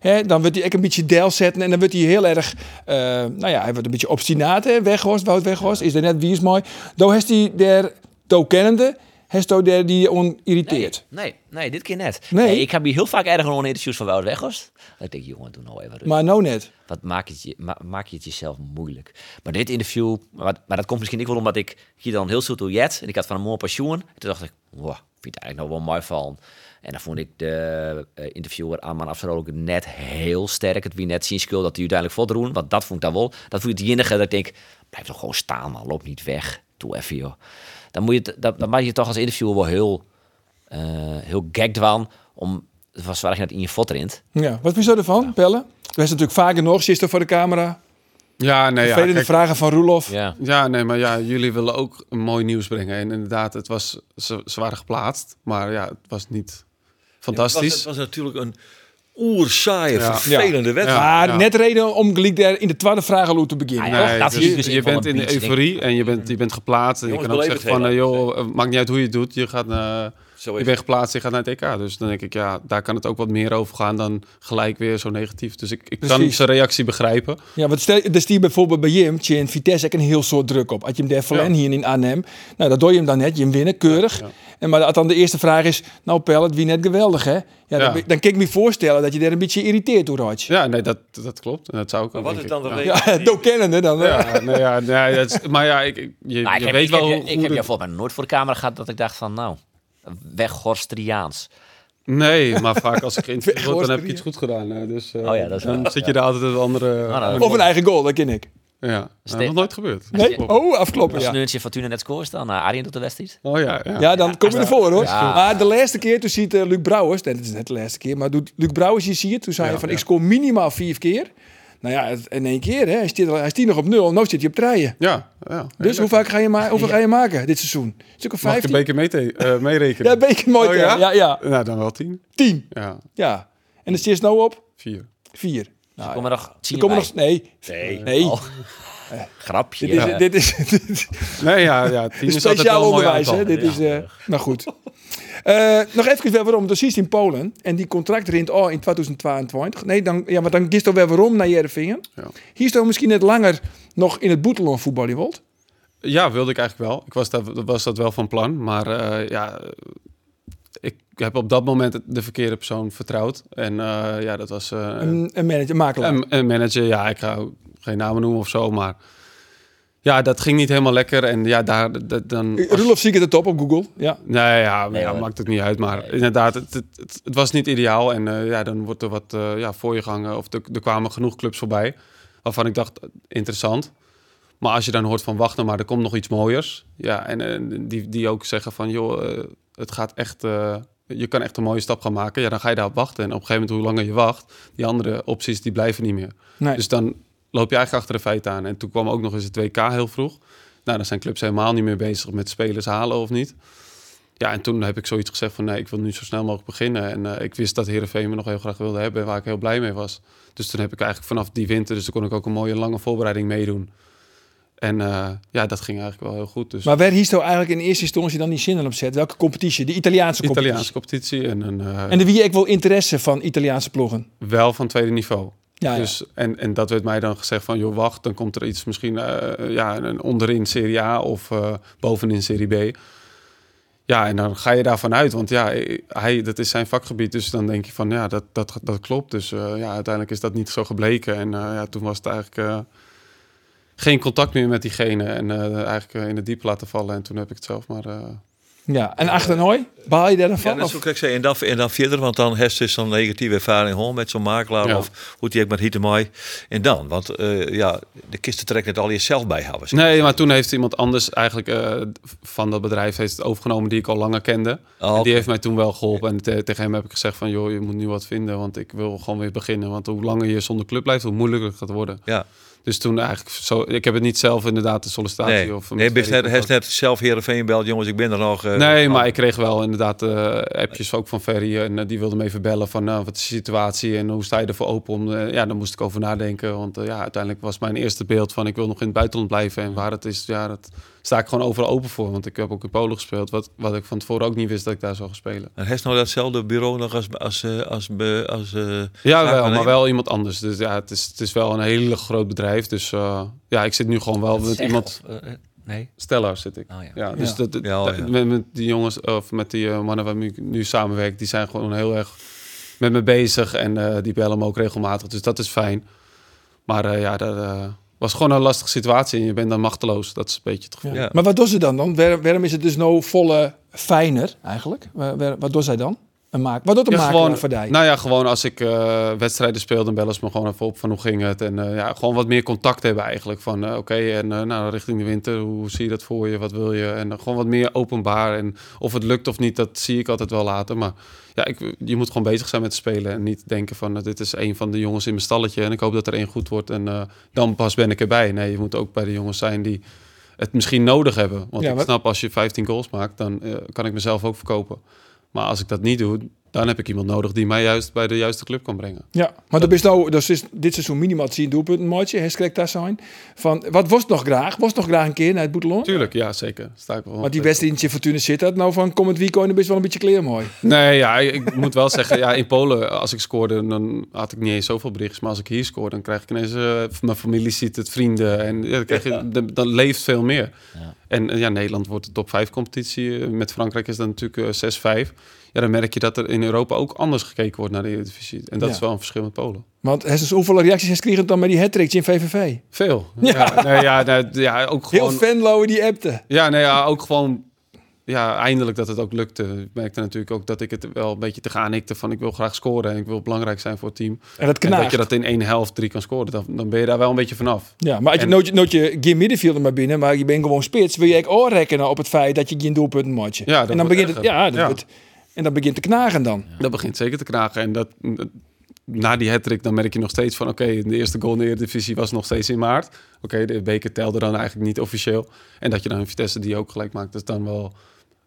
A: Hè, dan wordt hij echt een beetje deil zetten en dan wordt hij heel erg, eh, nou ja, hij wordt een beetje obstinaat, hè, Weghorst, Wout Weghorst, is er net wie is mooi. Dan heeft hij der, toe kennende, heeft hij der die je on irriteert.
F: Nee, nee, dit keer net.
A: Nee.
F: Nee. ik heb hier heel vaak erger onder interviews van Wout Weghorst. Dan denk ik, jongen, doe nou even rustig.
A: Maar nou net.
F: Wat maak, het je, ma- maak je het jezelf moeilijk? Maar dit interview, maar, maar dat komt misschien ook wel omdat ik hier dan heel zoet door jet. En ik had van een mooi pensioen. En toen dacht ik, wow, ik vind het eigenlijk nog wel mooi van. En dan vond ik de eh, interviewer Arman Afsarol ook net heel sterk. Het wie net zien schuld dat hij uiteindelijk voldoen. Want dat vond ik dan wel. Dat vond ik het enige dat ik denk, blijf toch gewoon staan man. Loop niet weg. Doe even joh. Dan, moet je, het- dat, dan maak je het toch als interviewer wel heel, eh heel gagged van. Om, het was waar je net in je fot rint.
A: Ja, wat vind je ervan, Pelle? We zijn natuurlijk vaker nog, gisteren voor de camera.
D: Ja, nee, ja,
A: Vervelende
D: kijk,
A: vragen van Roelof.
F: Ja.
D: Ja, nee, maar ja, jullie willen ook een mooi nieuws brengen. En inderdaad, het was, ze, ze waren geplaatst, maar ja, het was niet
E: Het
D: fantastisch.
E: was, het was natuurlijk een oerzaaie,
D: Ja.
E: vervelende wedstrijd.
A: Maar
D: Ja.
A: Ah, net reden om gelijk daar in de tweede vragenloop te beginnen.
F: Ja,
D: Nee,
F: dat
D: dus
F: is
D: je,
F: dus
D: je
F: een van
D: bent
F: de
D: in
F: beats, denk
D: euforie en je bent, je bent geplaatst. En je
E: Jongens,
D: kan ook
E: beleef
D: zeggen van,
E: het
D: eh,
E: heel
D: joh, eh, maakt niet uit hoe je het doet. Je, gaat, naar-
E: Zo is
D: je bent geplaatst, je gaat naar het EK. Dus dan denk ik, ja, daar kan het ook wat meer over gaan dan gelijk weer zo negatief. Dus ik, ik kan
A: Precies.
D: zijn reactie begrijpen.
A: Ja, want stel, er stier bijvoorbeeld bij Jim, tje in Vitesse, ook een heel soort druk op. Had je hem daar verlen hier in Arnhem, nou, dat doe je hem dan net, je hem winnen, keurig. En maar als dan de eerste vraag is, nou Pellet, wie net geweldig, hè? Ja,
D: Ja.
A: Dan, dan kan ik me voorstellen dat je daar een beetje irriteert door had.
D: Ja, nee, dat, dat klopt. En dat zou ik ook,
E: wat is
D: denk
E: dan
D: ik.
E: de
D: Ja.
E: reden?
A: Ja, [laughs] doe kennende dan. hè.
D: Ja, nee, ja, nee, dat is- maar ja, ik, ik- je,
F: Nou,
D: je
F: ik heb,
D: weet
F: ik
D: wel
F: heb,
D: hoe...
F: Ik
D: hoe
F: heb
D: de-
F: jou volgens mij nooit voor de camera gehad dat ik dacht van, nou, weghorstriaans.
D: Nee, maar vaak als ik
F: [laughs]
D: geïnterviewd word, dan heb ik
A: Gorsperia.
D: iets goed gedaan. hè. Dus eh,
F: Oh ja, dat is
D: dan
F: waar.
D: zit je daar altijd een andere...
F: Ah, nou,
A: Of een eigen goal, dat ken ik.
D: Ja, dat is
F: Steek.
D: nog nooit gebeurd.
A: Nee?
D: Klopt.
A: Oh,
F: Als
A: afkloppen,
F: ja.
A: ja.
F: Neurtje Fortuna net scoort dan, naar Arjen doet de wedstrijd.
D: Oh ja, ja.
A: Ja, dan kom je ervoor hoor.
F: Ja.
A: Maar de laatste keer, toen ziet eh, Luc Brouwers, nee, dat is net de laatste keer, maar doet Luc Brouwers, je ziet het, toen zei hij van ik scoor minimaal vier keer. Nou ja, het- in één keer, hè. Hij zit, al- hij zit nog op nul, nou zit hij op treien.
D: Ja, ja.
A: Dus hoe vaak ga je, ma hoeveel ga je maken dit seizoen? Een stuk of
D: Mag ik een
A: 15?
D: beker mee eh,
A: [laughs]
D: meerekenen?
A: Ja, beker mooi.
D: Oh,
A: tellen. ja?
D: ja?
A: Ja,
D: Nou, dan wel tien.
A: 10.
D: Ja,
A: Ja. En de is nou op
D: vier.
A: 4. Nou,
F: Kom maar nog, zie
A: er
F: je
A: komen
F: bij.
A: nog. Nee.
E: Nee.
A: Nee.
F: Oh. Grapje.
A: Dit is, dit is, [laughs] dit is
D: Nee, ja, ja tien is altijd wel
A: speciaal
D: een mooi
A: onderwijs. Hè?
D: aantal.
A: Dit is, eh nou goed. Eh, nog even weer waarom. Dan is in Polen. En die contract rint al in 2022. Nee, dan, ja, maar dan kiest toch weer waarom naar Jerevingen.
D: Ja.
A: Hier is toch misschien net langer nog in het boetelon voetbal. die wilt.
D: Ja, wilde ik eigenlijk wel. Ik was, daar, was dat wel van plan. Maar eh, ja, ik heb op dat moment de verkeerde persoon vertrouwd. En eh, ja, dat was... eh,
A: Een, een manager, een makelaar.
D: Een, een manager, ja, ik ga geen namen noemen of zo, maar ja, dat ging niet helemaal lekker. En ja, daar dat, dan. als-
A: Rudolf ziet het op op Google. Ja.
D: Nee, ja,
F: Nee,
D: ja,
F: hoor.
D: maakt het niet uit. Maar inderdaad, het, het, het, het was niet ideaal. En eh, ja, dan wordt er wat eh, ja, voor je gehangen. Of er, er kwamen genoeg clubs voorbij. Waarvan ik dacht, eh, interessant. Maar als je dan hoort van, wacht nou maar, er komt nog iets mooiers. Ja, en eh, die, die ook zeggen van, joh, eh, het gaat echt... eh, je kan echt een mooie stap gaan maken. Ja, dan ga je daarop wachten. En op een gegeven moment, hoe langer je wacht... die andere opties, die blijven niet meer.
A: Nee.
D: Dus dan loop je eigenlijk achter de feiten aan. En toen kwam ook nog eens het WK heel vroeg. Nou, dan zijn clubs helemaal niet meer bezig met spelers halen of niet. Ja, en toen heb ik zoiets gezegd van... nee, ik wil nu zo snel mogelijk beginnen. En eh, ik wist dat Heerenveen me nog heel graag wilde hebben... en waar ik heel blij mee was. Dus toen heb ik eigenlijk vanaf die winter... dus toen kon ik ook een mooie lange voorbereiding meedoen. En eh, ja, dat ging eigenlijk wel heel goed. Dus
A: Maar waar hiest nou eigenlijk in eerste instantie dan die zin aan op zet? Welke competitie? De Italiaanse competitie.
D: Italiaanse competitie en, een, eh,
A: En de wie ik wel interesse van Italiaanse ploegen.
D: wel van tweede niveau.
A: Ja, ja.
D: dus, En, en dat werd mij dan gezegd van, joh, wacht, dan komt er iets misschien eh, ja, een onderin Serie A of eh, bovenin Serie B. Ja, en dan ga je daarvan uit, want ja, eh, hij, dat is zijn vakgebied. Dus dan denk je van, ja, dat, dat, dat klopt. Dus eh, ja, uiteindelijk is dat niet zo gebleken. En eh, ja, toen was het eigenlijk eh, geen contact meer met diegene. En eh, eigenlijk eh, in het diep laten vallen. En toen heb ik het zelf maar eh,
A: Ja, en Achternooi, behaal je daar dan
E: Ja,
A: van?
E: dat is ook, wat ik zei, en dan, en dan verder, want dan heeft ze zo'n negatieve ervaring hoor, met zo'n makelaar
D: Ja.
E: of hoe die ook met Hietemai. En dan, want eh, ja, de kisten trekt het al jezelf bijhouden. zeg.
D: Nee, maar toen heeft iemand anders eigenlijk eh, van dat bedrijf heeft het overgenomen die ik al langer kende.
E: Oh,
D: en die
E: oké.
D: heeft mij toen wel geholpen. En te- tegen hem heb ik gezegd van, joh, je moet nu wat vinden, want ik wil gewoon weer beginnen. Want hoe langer je zonder club blijft, hoe moeilijker het gaat worden.
E: Ja,
D: Dus toen eigenlijk, zo, ik heb het niet zelf inderdaad de sollicitatie
E: nee.
D: of...
E: nee, hij net, heeft net zelf Heerenveen gebeld, jongens, ik ben er nog. eh,
D: Nee, maar ik kreeg wel inderdaad eh, appjes ook van Ferry. En eh, die wilde me even bellen van nou, wat is de situatie en hoe sta je ervoor open? Om, eh, ja, daar moest ik over nadenken. Want eh, ja, uiteindelijk was mijn eerste beeld van ik wil nog in het buitenland blijven. En waar het is, ja, dat sta ik gewoon overal open voor. Want ik heb ook in Polen gespeeld. Wat, wat ik van tevoren ook niet wist dat ik daar zou gaan spelen.
E: En heeft nou datzelfde bureau nog als... als, eh, als, be- als, eh,
D: Ja, wel,
E: zaakwaarnemer?
D: maar wel iemand anders. Dus ja, het is, het is wel een hele groot bedrijf. Dus eh, ja, ik zit nu gewoon wel met
F: Zeg,
D: iemand.
F: of, eh, eh, nee.
D: Stellaar zit ik.
F: Oh ja.
D: Ja, dus
A: Ja.
D: Dat, dat-
E: Ja, oh ja.
D: dat- Met, met die jongens, of met die eh, mannen waarmee ik nu samenwerk, die zijn gewoon heel erg met me bezig en eh, die bellen me ook regelmatig. Dus dat is fijn. Maar eh, ja, dat eh, was gewoon een lastige situatie en je bent dan machteloos. Dat is een beetje het gevoel.
E: Ja.
A: Maar wat doen ze dan dan? Waar- waarom is het dus nou volle fijner eigenlijk? Waar- waar- wat doen zij dan? Een maak, wat doet een
D: Ja,
A: makelaar
D: gewoon,
A: voor die?
D: nou ja, gewoon als ik eh, wedstrijden speel, dan bellen ze me gewoon even op van hoe ging het. En eh, ja, gewoon wat meer contact hebben eigenlijk. Van eh, oké, en eh, nou, richting de winter, hoe zie je dat voor je? Wat wil je? En dan gewoon wat meer openbaar. En of het lukt of niet, dat zie ik altijd wel later. Maar ja, ik, je moet gewoon bezig zijn met spelen. En niet denken van, eh, dit is een van de jongens in mijn stalletje. En ik hoop dat er één goed wordt. En eh, dan pas ben ik erbij. Nee, je moet ook bij de jongens zijn die het misschien nodig hebben. Want
A: Ja,
D: ik
A: maar-
D: snap, als je 15 goals maakt, dan eh, kan ik mezelf ook verkopen. Maar als ik dat niet doe, dan heb ik iemand nodig die mij juist bij de juiste club kan brengen.
A: Ja, maar dat is nou, dat is dit seizoen minimaal 10 doelpunten, maatje, hij daar zijn. Van, wat was het nog graag? Was het nog graag een keer naar het Boetelon?
D: Tuurlijk, ja, zeker. Sta ik wel.
A: Want die wedstrijdje Fortuna zit dat nou van komend weekend best wel een beetje kleermooi.
D: Nee, ja, ik moet wel zeggen, ja, in Polen, als ik scoorde, dan had ik niet eens zoveel berichtjes. Maar als ik hier scoor, dan krijg ik ineens, eh, mijn familie ziet het, vrienden. En ja, dan, krijg je, dan, dan leeft veel meer. En eh, ja, Nederland wordt de top 5 competitie. Eh, Met Frankrijk is dat natuurlijk eh, 6-5. Ja, dan merk je dat er in Europa ook anders gekeken wordt naar de Eredivisie. En dat
A: Ja.
D: is wel een verschil met Polen.
A: Want hij is hoeveel reacties hij kreeg dan met die hat in VVV?
D: Veel. Ja, nee, ja, nee, ja ook
A: Heel
D: gewoon...
A: Venlo die appte.
D: Ja, nee, ja, ook gewoon... Ja, eindelijk dat het ook lukte. Ik merkte natuurlijk ook dat ik het wel een beetje tegenaan hikte van... ik wil graag scoren en ik wil belangrijk zijn voor het team.
A: En dat
D: En dat
A: knaagt.
D: je dat in één helft drie kan scoren, dan, dan ben je daar wel een beetje vanaf.
A: Ja, maar als je
D: En-
A: nood je, nood je geen middenvelder maar binnen, maar je bent gewoon spits, wil je ook oor rekenen op het feit dat je geen doelpunten maatje.
D: Ja, dat
A: en dan
D: wordt
A: begint het,
D: erger.
A: ja, dat
D: Ja.
A: wordt- en dan begint te knagen dan.
D: Dat begint zeker te knagen. En dat, na die hat dan merk je nog steeds van... oké, de eerste goal in de Eredivisie was nog steeds in maart. Oké, de beker telde dan eigenlijk niet officieel. En dat je dan in Vitesse die ook gelijk maakt... dat is dan wel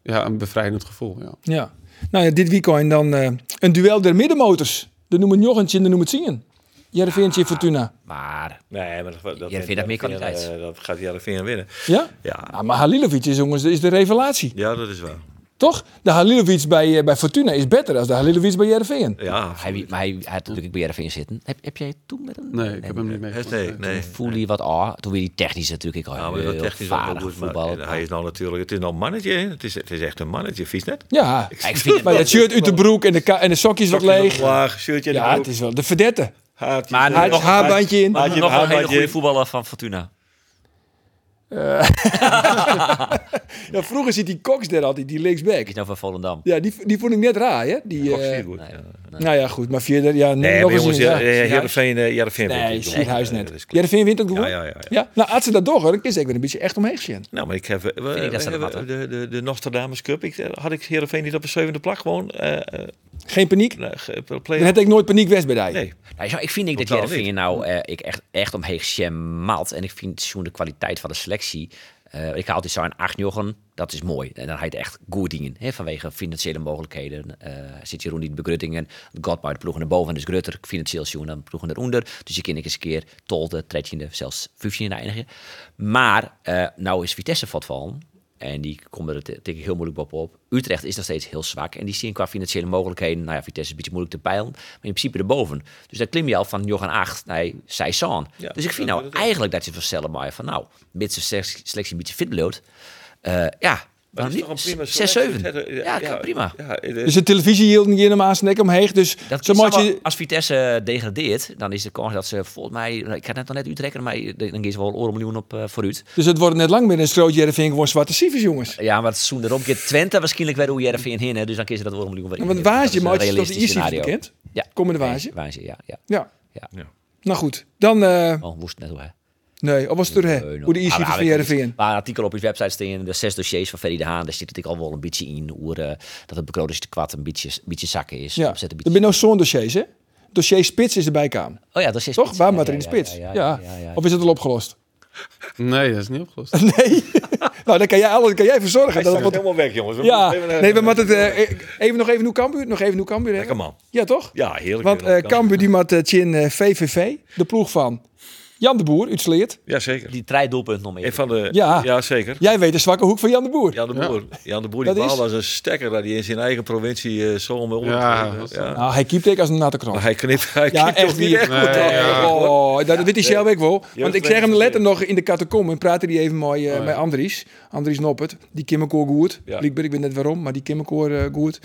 D: ja, een bevrijdend gevoel, ja.
A: Ja. Nou ja, dit weekend dan eh, een duel der middenmotors. De noemen Jochentje en de noemen Zien. Jerevintje Fortuna.
F: Maar
E: Nee, maar dat, dat,
F: Heerenveen had meer kwaliteit.
E: eh, dat gaat Jarreveen winnen.
A: Ja?
E: Ja,
A: Ah, maar Halilovic is, jongens, is de revelatie.
E: ja, dat is wel.
A: Toch? De Halilovic bij, eh, bij Fortuna is beter dan de Halilovic bij Jereveen.
E: Ja,
F: hij, maar hij, hij had natuurlijk bij RFN zitten. Heb, heb jij toen met hem?
D: Nee, ik heb hem niet
E: nee,
D: meegemaakt.
E: nee. nee.
F: Voelde je wat ah? Toen weer die technisch natuurlijk. Ik
E: Ja,
F: al
E: Nou, maar dat
F: heel
E: technisch wel heel
F: vaardig
E: goed. Maar
F: voetbal.
E: hij is nou natuurlijk, het is nou een mannetje. hè. Het is, het is echt een mannetje, vies net.
A: Ja.
F: Ja, ik vind het
A: Maar
F: wel-
A: dat shirt uit de broek en de, ka- en de sokjes wat leeg.
E: Laag, shirtje in de
A: Ja,
E: broek,
A: het is wel de verdette.
E: haartje.
F: Maar
A: Haar,
F: nog-
A: haarbandje in.
E: Haartje,
F: nog een hele
E: haartje.
F: goede voetballer van Fortuna.
A: Ja, vroeger zit die Cox daar altijd, die linksback.
F: Die is nou van Volendam.
A: Ja, die, die vond ik net raar, hè? Die,
E: Ook
A: eh,
E: zeer goed,
F: Nee,
E: ja.
F: nee.
A: nou ja, goed. Maar verder, ja,
E: Nee,
A: nog
E: maar
A: eens
E: jongens,
A: een- ja,
E: Jarreveen Jarreveen
A: Nee, Sierhuis
E: Dat is
A: net.
E: klopt.
A: Jereveen wint ook gewoon.
E: Ja, ja, ja, ja.
A: Ja, nou, als ze dat door, dan is ik weer een beetje echt omheen gezien.
E: Nou, maar ik heb eh, we-
F: ik dat ze
E: we-
F: dat
E: we-
F: hadden.
E: de, de, de Nostradamus Cup. Ik, eh, had ik Heerenveen niet op een zevende plak gewoon eh eh,
A: Geen paniek.
E: nou, ge-
A: Dan
E: play
A: had ik nooit paniek west bij die.
E: Nee,
F: Nou, zo, ik vind ik dat
E: Totaal
F: Jervin
E: niet.
F: nou eh, ik echt, echt omheen maalt. En ik vind zoen de kwaliteit van de selectie. eh, ik haal altijd zo'n acht jongen, dat is mooi. En dan heet echt goed dingen. Hè, vanwege financiële mogelijkheden. eh zit Jeroen niet bij Gruttingen. Godmaar de ploegen naar boven. Dus Grutter, financieel zoen dan ploegen eronder. Dus je kan ik eens een keer tolde, trettiende, zelfs vijftiende eindigen. Maar eh, nou is Vitesse valt van. En die komen er denk ik heel moeilijk op op. Utrecht is nog steeds heel zwak. En die zien qua financiële mogelijkheden, nou ja, Vitesse is een beetje moeilijk te peilen. Maar in principe erboven. Dus daar klim je al van Johan 8 naar Saison.
E: Ja,
F: dus ik vind
E: dat-
F: nou
E: dat-
F: eigenlijk dat je van Sellemaier van nou, mits de selectie, selectie een beetje fit bloot. eh, ja,
E: Maar het is
F: niet?
E: toch een prima
F: Zes, zeven.
E: selectie?
F: Ja, kan prima.
E: Ja, eh,
A: Dus de televisie hield een keer naast nek omheen. Dus
F: Dat
A: zo
F: is
A: moet
F: wel-
A: je...
F: Als Vitesse eh, degradeert, dan is de kans dat ze volgens mij... Ik had net nog net Utrecht, maar dan gaan ze wel een miljoen op eh, vooruit.
A: Dus het wordt net lang meer een stroot Jervin gewoon zwarte cijfers, jongens.
F: Ja, maar het seizoen daarom keer Twente waarschijnlijk weer hoe Jervin in hè. Dus dan kiezen ze dat wel een miljoen weer in.
A: Want het
F: Dat is
A: waasje,
F: een
A: maar het is toch de
F: realistisch
A: eerste
F: scenario.
A: bekend?
F: Ja.
A: Komende waasje.
F: Waasje, ja. ja.
A: Ja.
F: Ja.
A: Nou goed, dan... eh,
F: Oh, woest net hoe, hè.
A: nee, of was het er, hè?
F: Nee,
A: Hoe de
F: nou,
A: ICT
F: nou,
A: van
F: weet ik niet.
A: Jervin.
F: Er waren artikelen op his website staan, de zes dossiers van Ferry de Haan. Daar zit natuurlijk al wel een beetje in hoe eh, dat het begrotingstekort een beetje, een beetje zakken is.
A: Ja,
F: Opzet een
A: er
F: beetje...
A: zijn nou zo'n dossiers, hè? Dossier spits is erbij kamer.
F: Oh ja, dat is
A: Toch? Waar moet er in de spits? Ja. Of is het al opgelost?
D: Nee, dat is niet opgelost.
A: [laughs] Nee. nou, daar kan jij, alles, daar kan jij voor zorgen. Dat
E: dat
A: het
E: wordt
A: wat-
E: helemaal weg, jongens. We
A: ja,
E: moeten even-
A: nee, we moeten het, eh, even nog even Nieuw-Kambuur. Nog even Nieuw-Kambuur. hè?
E: Lekker man.
A: Ja, toch?
E: Ja, heerlijk.
A: Want eh Kambuur die moet eh, Chin eh, VVV, de ploeg van Jan de Boer, uit Sleert.
E: Ja, zeker.
F: Die drie doelpunten nog meer.
E: En van de,
A: Ja.
E: ja. zeker.
A: Jij weet de zwakke hoek van Jan de Boer.
E: Jan de Boer. Jan de Boer die
A: Dat is-
E: bal als een stekker dat hij in zijn eigen provincie eh zo om
D: Ja,
E: ja,
D: dat is-
E: ja.
A: Nou, hij keept ik als een natte krant.
E: Maar hij knipt, hij
A: Ja,
E: knipt
A: echt
E: toch niet
A: niet.
E: echt
D: Nee,
E: goed. hoor.
D: ja.
A: Oh, dat weet hij zelf ook wel. Want ik
E: Jeugdtrainer
A: zeg hem
E: is
A: letter nog in de catacombe en praatte die even mooi eh, met Andries. Andries Noppert. Die kim ik ook goed.
E: Ja.
A: Liekberg, ik weet net waarom, maar die kim ik ook, eh, goed.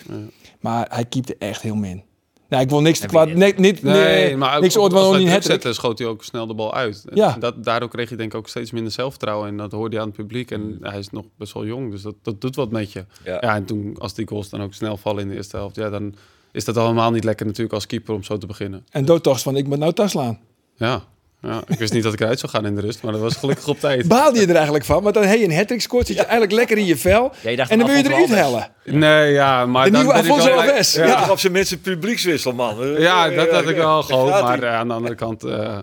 A: Maar hij keepte echt heel min. Nou, ik wil niks te kwaad. Nee, niet, nee,
D: maar ook,
A: niks ooit
D: als
A: wel
D: hij
A: niet
D: druk
A: het.
D: zette, schoot hij ook snel de bal uit. En
A: Ja.
D: Dat, daardoor kreeg hij denk ik ook steeds minder zelfvertrouwen. En dat hoorde hij aan het publiek. En hij is nog best wel jong, dus dat, dat doet wat met je.
E: Ja.
D: Ja. en toen als die goals dan ook snel vallen in de eerste helft... Ja, dan is dat allemaal niet lekker natuurlijk als keeper om zo te beginnen.
A: En doodtocht van, ik moet nou tas slaan.
D: Ja, ja. ik wist niet dat ik eruit zou gaan in de rust, maar dat was gelukkig op
A: [laughs]
D: tijd.
A: Baalde je er eigenlijk van? Want dan heb je een hat-trick scoort, zit je eigenlijk lekker in je vel.
F: Ja, je dacht
A: en dan
F: van
A: wil je eruit
F: Alphonso
A: hellen.
D: Nee, ja, maar...
A: De
D: dan
A: nieuwe
D: ben ik wel
A: Alfonso
D: blij-
A: Alves.
D: Ja.
A: Ja.
E: Toch op zijn minst een publiekswissel, man.
D: Ja, dat had ik wel gehoopt.
E: Gaat-ie.
D: Maar eh, aan de andere kant eh,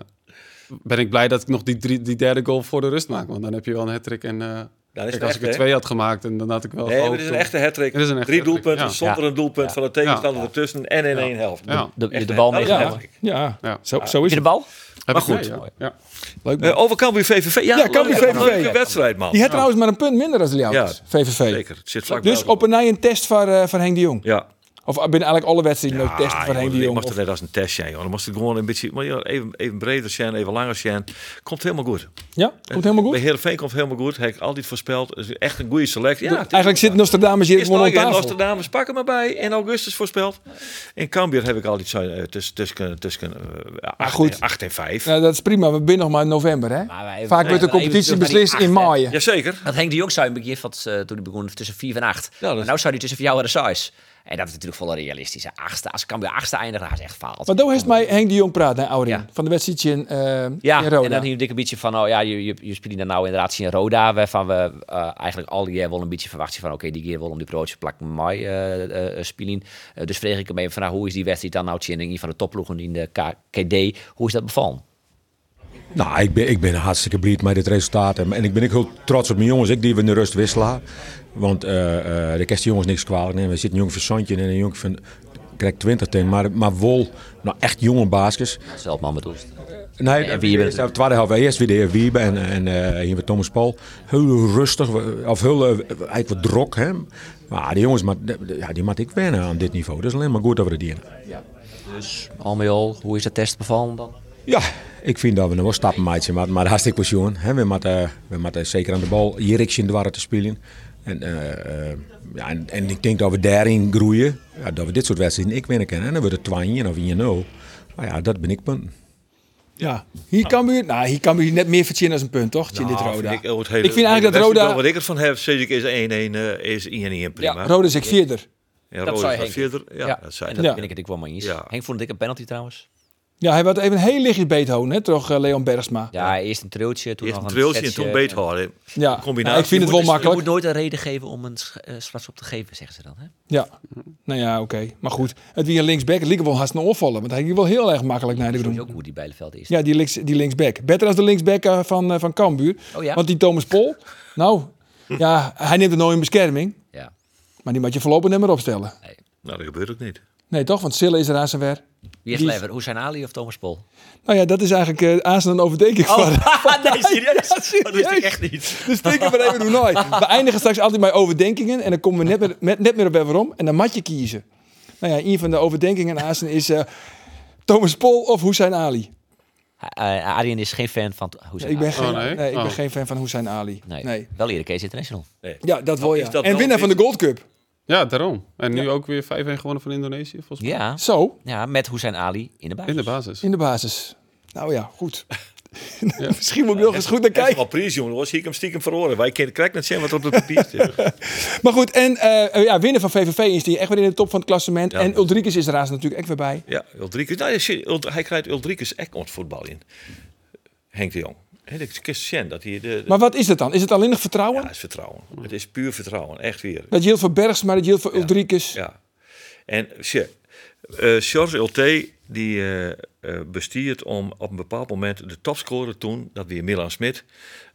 D: ben ik blij dat ik nog die, drie, die derde goal voor de rust maak. Want dan heb je wel een hat-trick. En eh,
E: Dan is
D: kijk,
E: het
D: als
E: echt,
D: ik er
E: hè?
D: twee had gemaakt, en dan had ik wel
E: Nee, maar
D: gehoopt
E: dit is een
D: om-
E: echte hat-trick.
D: Dit is een echte
E: Drie
D: hat-trick,
E: doelpunten
D: ja.
E: zonder
F: Ja.
E: een doelpunt van de tegenstander ertussen en in één helft.
D: Ja.
F: de, de,
E: Echt,
F: de
E: hè?
F: bal
E: Dat is
F: meegenomen.
E: een hat-trick.
A: Ja,
D: Ja.
A: Zo, zo
F: Heb
A: is
F: je de
A: het.
F: bal?
D: Heb ik-
E: goed.
D: nee, ja. Ja.
A: Leuk man.
E: Eh, Over Cambuur VVV. Ja,
A: Ja, Cambuur
E: leuke-
A: VVV.
E: Leuke wedstrijd, man.
A: Die had trouwens maar een punt minder dan de Leeuwards,
E: Ja,
A: VVV.
E: Zeker. Het zit vlakbij.
A: Dus op een nij een test van, eh van Henk de Jong.
E: Ja.
A: Of binnen eigenlijk alle wedstrijden ook testen van
E: Ah, joh,
A: Henk de
E: dat
A: Jong.
E: mag toch net als een test zijn, joh. Dan moest het gewoon een beetje maar joh, even, even breder zijn, even langer zijn. Komt helemaal goed.
A: Ja, komt helemaal goed.
E: Bij Heerenveen komt helemaal goed. Heb ik altijd voorspeld. Het is echt een goede selectie. Ja,
A: Eigenlijk zit Nostradamus hier
E: is
A: gewoon aan
E: nog in
A: tafel.
E: Amsterdam. Pak hem maar bij. In augustus voorspeld. In Cambuur heb ik altijd zo, eh, tussen, tussen, tussen eh, acht
A: Ah, goed.
E: en- acht en vijf.
A: Nou, dat is prima, we binnen nog maar in november. Hè?
F: Maar wij-
A: Vaak
F: wij-
A: wordt de
F: wij-
A: competitie
F: even terug
A: beslist
F: naar die
A: in
F: acht, hè?
A: maai.
E: Jazeker.
F: Dat Henk de Jong zei in het begin van het, eh, toen hij begon tussen 4 en 8.
E: dat-
F: Nou, nou zou hij tussen 4 en 6. En dat is natuurlijk volle realistische achtste. Als Cambuur achtste eindigen, dan is echt faalt.
A: Maar daar heeft mij Henk de Jong praat naar Aurin.
F: Ja.
A: Van de wedstrijdje in, eh
F: ja,
A: in
F: en dan
A: Roda.
F: hier een dikke beetje van, oh ja, je, je, je speelt dan nou inderdaad zien Roda, waarvan we eh, eigenlijk al die jaar wel een beetje verwachten van, oké, die keer wel om die broodje plak mij eh eh spelen. Eh, dus vreeg ik hem even van, nou, hoe is die wedstrijd dan nou tegen een van de topploegen in de KKD, hoe is dat bevallen?
G: Nou, ik ben, ik ben hartstikke blij met dit resultaat. En en ik ben ook heel trots op mijn jongens. Ik die we in de rust wisselen. Want eh eh daar kan die jongens niks kwalijk nemen. Er zit een jongen van Santje en een jongen van... Krijg 20 tegen, maar, maar wel nou, echt jonge baskers.
F: Zelfman met ons.
G: Nee,
F: En
G: en
F: Wiebe
G: Wiebe. Eerst, het tweede helft, eerst weer de heer Wiebe en, en eh, hier met Thomas Paul. Heel rustig, of heel, eh, eigenlijk wat drok. Hè? Maar die jongens, maar, ja, die moet ik wennen aan dit niveau. Dat is alleen maar goed dat we dat doen.
F: Al met al, hoe is dat test bevallen dan?
G: Ja, ik vind dat we nog wel stappen maken, maar, maar hartstikke persoon. Hè? We, moeten, we moeten zeker aan de bal Jeriksje dwarren te spelen. En, eh, eh, ja, en, en ik denk dat we daarin groeien, ja, dat we dit soort wedstrijden ik winnen kennen. En dan wordt het 2-1 of 1-0. Maar ja, dat ben ik punten.
A: Ja. Hier kan Buur, nou, hier kan Buur net meer verzinnen als een punt, toch? in dit
E: Nou,
A: Roda.
E: vind
A: Ik,
E: ik, oh, het hele-
A: vind eigenlijk dat
E: het beste
A: Roda...
E: Wat ik ervan heb, zeg ik, is 1-1 eh, is 1-1 prima.
A: Ja, Roda is ik vierder.
E: Ja, Roda
F: zei
E: is wat
F: Henk.
E: vierder. Ja, dat zei
F: en
E: hij.
F: dat
A: Ja.
F: ben ik het ook wel mee eens.
E: Ja.
F: Henk vond een dikke penalty trouwens.
A: Ja, hij werd even een heel lichtjes Beethoven, hè? Toch eh, Leon Bergsma. Ja.
F: Ja, eerst een triltje, toen
E: Eerst
F: nog
E: een
F: een
E: trailtje en
F: setje.
E: toen beethouden.
A: Ja.
E: Combinatie.
A: Nou, ik vind het wel
F: dus-
E: Je moet
F: Je moet
A: makkelijk.
F: nooit een reden geven om een sch- eh, straks op te geven, zeggen ze dan. Hè?
A: Ja. Nou ja, oké. Maar goed, het wie een linksback, het liep wel haast naar opvallen. Want hij ging wel heel erg makkelijk naar de
F: Dat is
A: groen.
F: ook hoe die Bijleveld is.
A: Ja, die, links, die linksback. Beter als de linksback eh, van, eh, van Kambuur.
F: Oh ja?
A: Want die Thomas Pol, nou, ja, hij neemt het nooit in bescherming.
F: Ja.
A: Maar die moet je voorlopig niet meer opstellen.
E: Nou, dat gebeurt ook niet.
A: Nee, toch? Want Sille is er aan zijn weer.
F: Wie is
A: Die-
F: Lever? Hoe zijn Ali of Thomas
G: [laughs]
F: Pol?
A: Nou ja, dat is eigenlijk eh Azen een overdenking
G: Oh,
F: Oh.
A: van. [laughs]
F: [laughs] nee, serieus? Oh,
A: serieus.
F: Dat wist ik echt niet.
A: Dus denk er maar even hoe nooit. We eindigen straks altijd bij overdenkingen. En dan komen we net, met, met- net meer op bij waarom. En dan moet je kiezen. Nou ja, een van de overdenkingen aan Azen is eh, Thomas Pol of Hussein Ali.
F: eh, Arjen is geen fan van t- Hoesijn
A: Ik ben,
F: Ali.
A: geen,
D: nee?
A: nee? ik ben
D: Oh.
A: geen fan van Hussein Ali. Nee.
F: Nee. Wel iedere Case International.
A: Ja, dat wil je.
E: Oh, is dat
A: en
E: wel
A: winnaar van de
E: dit?
A: Gold Cup.
D: Ja, daarom. En nu ook weer 5-1 gewonnen van Indonesië, volgens mij.
F: Ja,
A: Zo,
F: ja met Hoesijn Ali in de baas.
D: In de basis.
A: in de basis. Nou ja,
D: [laughs]
A: goed. Misschien moet ik nog eens goed naar
E: Kijk.
A: kijken.
E: wel prijs, jongen. hoor. Zie ik hem stiekem verhoren. Wij kennen krijg net zien wat er op het papier [laughs] staat.
A: Maar goed, en eh ja, winnen van VVV is die echt weer in de top van het klassement.
E: Ja.
A: En Ulrikes is er haast natuurlijk echt weer bij.
E: ja, Ulrikus. Nou, hij zit- Ult- hij krijgt Ulrikus echt ons voetbal in. Henk de Jong. Hè, dat is Christian, dat hij de, de-
A: Maar wat is dat dan? Is het alleen nog vertrouwen?
E: ja, het is vertrouwen. Het is puur vertrouwen, echt weer.
A: Dat Jill van Bergs, maar dat Jill van Ulrikes.
E: Ja. En Sje- eh George Ulte, die eh, eh, bestiert om op een bepaald moment de topscorer toen, dat weer Milan Smit,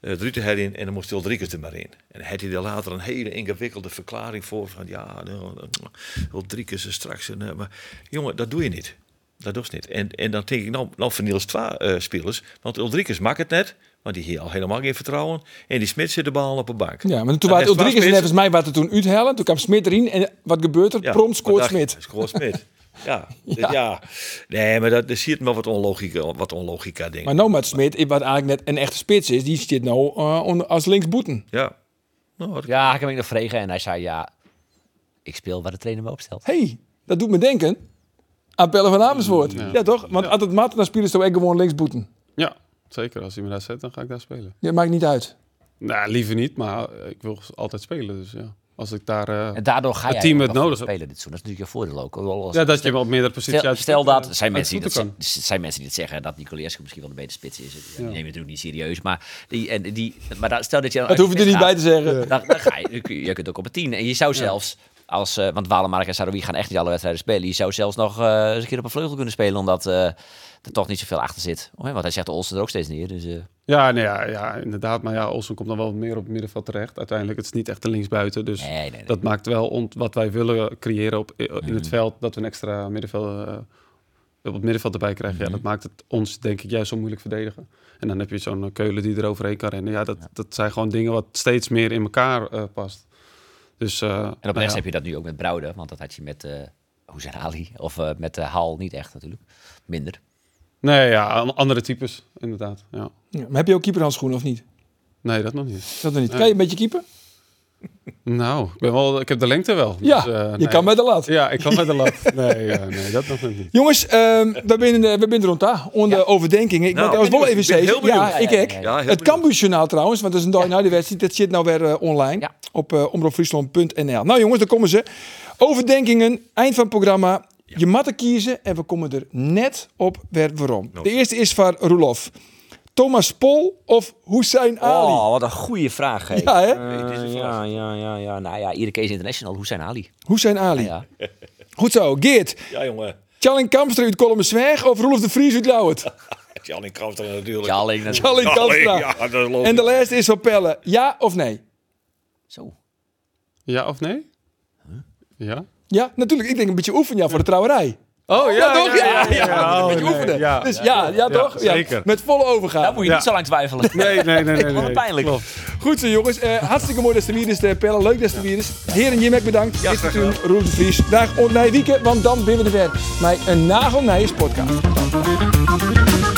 E: eh Druten herin en dan moest Ulrikes er maar in. En had hij er later een hele ingewikkelde verklaring voor van ja, nou, Ulrikes is straks een... eh, maar jongen, dat doe je niet. Dat doe je niet. En, en dan denk ik, nou, nou verniels twee eh, spelers, want Ulrikes maakt het net, want die hier al helemaal geen vertrouwen. En die Smit zit de bal op een bank.
A: Ja, maar toen
E: Nou,
A: waren
E: echt waar,
A: Ulrikes en
E: Smit-
A: volgens mij waren er toen Uithellen. Toen kwam Smit erin en wat gebeurt er? Prompt scoort
E: maar daar-
A: Smit.
E: Scoort Smit. Ja, ja. ja. Nee, maar dat, er zit maar wat onlogica, wat onlogica dingen.
A: Maar Nomad Smit, wat eigenlijk net een echte spits is, die zit nou eh, onder- als linksboeten.
E: Ja. Nou, dat-
F: Ja, ik heb hem nog vregen en hij zei ja, ik speel waar de trainer me opstelt.
A: Hé, hey, dat doet me denken aan Pelle van Amersfoort. Ja, toch? Want als het mat, dan spelen ze ook echt gewoon linksboeten.
D: Ja, zeker. Als hij me daar zet, dan ga ik daar spelen.
A: Dat maakt niet uit.
D: Nou, liever niet, maar eh, ik wil altijd spelen. Dus ja, als ik daar... eh,
F: En daardoor ga
D: Het
F: je
D: team het nodig hebt.
F: spelen dit seizoen. Dat is natuurlijk je voordeel ook. Hoewel als-
D: ja, dat je wel op meerdere posities
F: Stel,
D: uit-
F: stel dat, er
D: eh, uit
F: zijn mensen, die dat,
D: voeten kan.
F: z- er zijn mensen die dat zeggen dat Nicolescu misschien wel de betere spits is. Die nemen het natuurlijk niet serieus, maar, die, en, die, maar daar- stel dat je dan
A: Dat
F: uit
A: hoef je
F: de
A: er niet bij te
F: spits
A: zeggen.
F: gaat, Dan, dan ga je, je kun- je kunt ook op een tien. En je zou zelfs, als, eh, want Walemark en Saroui gaan echt niet alle wedstrijden spelen. Je zou zelfs nog eh, eens een keer op een vleugel kunnen spelen, omdat eh, er toch niet zoveel achter zit. Oh, hè, want hij zegt de Olsen er ook steeds neer. Dus, eh,
D: Ja, nee, ja, ja, inderdaad. Maar ja, Olsen komt dan wel wat meer op het middenveld terecht. Uiteindelijk, het is niet echt een linksbuiten. Dus
F: Nee, nee, Mm-hmm. nee.
D: dat maakt wel ont- wat wij willen creëren op, in het veld. Dat we een extra middenveld, eh, op het middenveld erbij krijgen.
F: Mm-hmm.
D: Ja, dat maakt het ons denk ik juist zo moeilijk verdedigen. En dan heb je zo'n eh, keulen die eroverheen kan rennen. Ja, dat, dat zijn gewoon dingen wat steeds meer in elkaar eh, past. Dus, eh,
F: en op
D: nou
F: rechts
D: ja.
F: heb je dat nu ook met Brouwde, want dat had je met eh Hoezin Ali of eh, met eh, Haal niet echt natuurlijk. Minder.
D: Nee, ja, an- andere types, inderdaad. Ja.
A: Ja, maar heb je ook keeperhandschoenen of niet?
D: Nee, dat nog niet.
A: Dat er niet. Kan je een beetje keeper?
D: Nou, ik, ben wel, ik heb de lengte wel.
A: Ja,
D: Dus, eh,
A: je
D: nee.
A: kan bij de lat.
D: [laughs] Ja, ik kan met de lat. [laughs] Nee, ja, nee dat nog niet.
A: Jongens, ehm we zijn we zijn rond daar. Onder overdenkingen. Ik
E: Nou,
A: nou, was wel
E: benieuwd.
A: even
E: Ik ben
A: zeggen.
E: heel benieuwd.
A: Ja, ik ook.
E: ja, heel
A: het
E: benieuwd.
A: Cambuurjournaal trouwens, want dat is een dag na de wedstrijd. Dat zit nou weer eh, online
F: Ja.
A: op eh omroepfriesland.nl. Nou jongens, daar komen ze. Overdenkingen, eind van het programma. Je matten kiezen en we komen er net op weer waarom. De eerste is van Roelof. Thomas Pol of Hussein Ali?
F: Oh, wat een goede vraag. hè.
A: Ja, hè?
F: Eh, ja, ja, ja, ja. Nou ja, iedere case international. Hoe zijn Ali?
A: Hussein Ali.
F: Ja.
A: Goed zo, Geert.
E: ja, jongen.
A: Challing Kamster uit Kolmensweg of Roelof de Vries uit Lauwert?
E: Jalling Kamster natuurlijk.
F: Ja, alleen dat-
A: Challing
E: Jalling,
A: Kamstra.
E: ja, dat loopt.
A: En de laatste is van Pelle. Ja of nee?
F: Zo.
D: Ja of nee? Ja?
A: Ja, natuurlijk. Ik denk een beetje oefenen ja, voor de trouwerij.
D: Oh
A: Ja, toch? Ja, ja, Een beetje
D: nee,
A: oefenen.
D: Oh, Ja.
A: [laughs] dus ja, ja, toch? Ja,
D: zeker.
A: Met volle overgave.
F: Daar moet je niet zo lang twijfelen.
D: Nee,
A: [laughs]
D: nee, nee. nee,
F: Wat
D: nee.
F: pijnlijk.
D: Klopt.
A: Goed zo, jongens. Eh, hartstikke mooi dat ze hier is, eh, Pelle. Leuk dat ze hier is. Heren, Jimek bedankt. Ja, Dit is Roel de Vries. oh, Dag ontnij wieken, want dan binnen we er weer. Mij een nagelnijers podcast.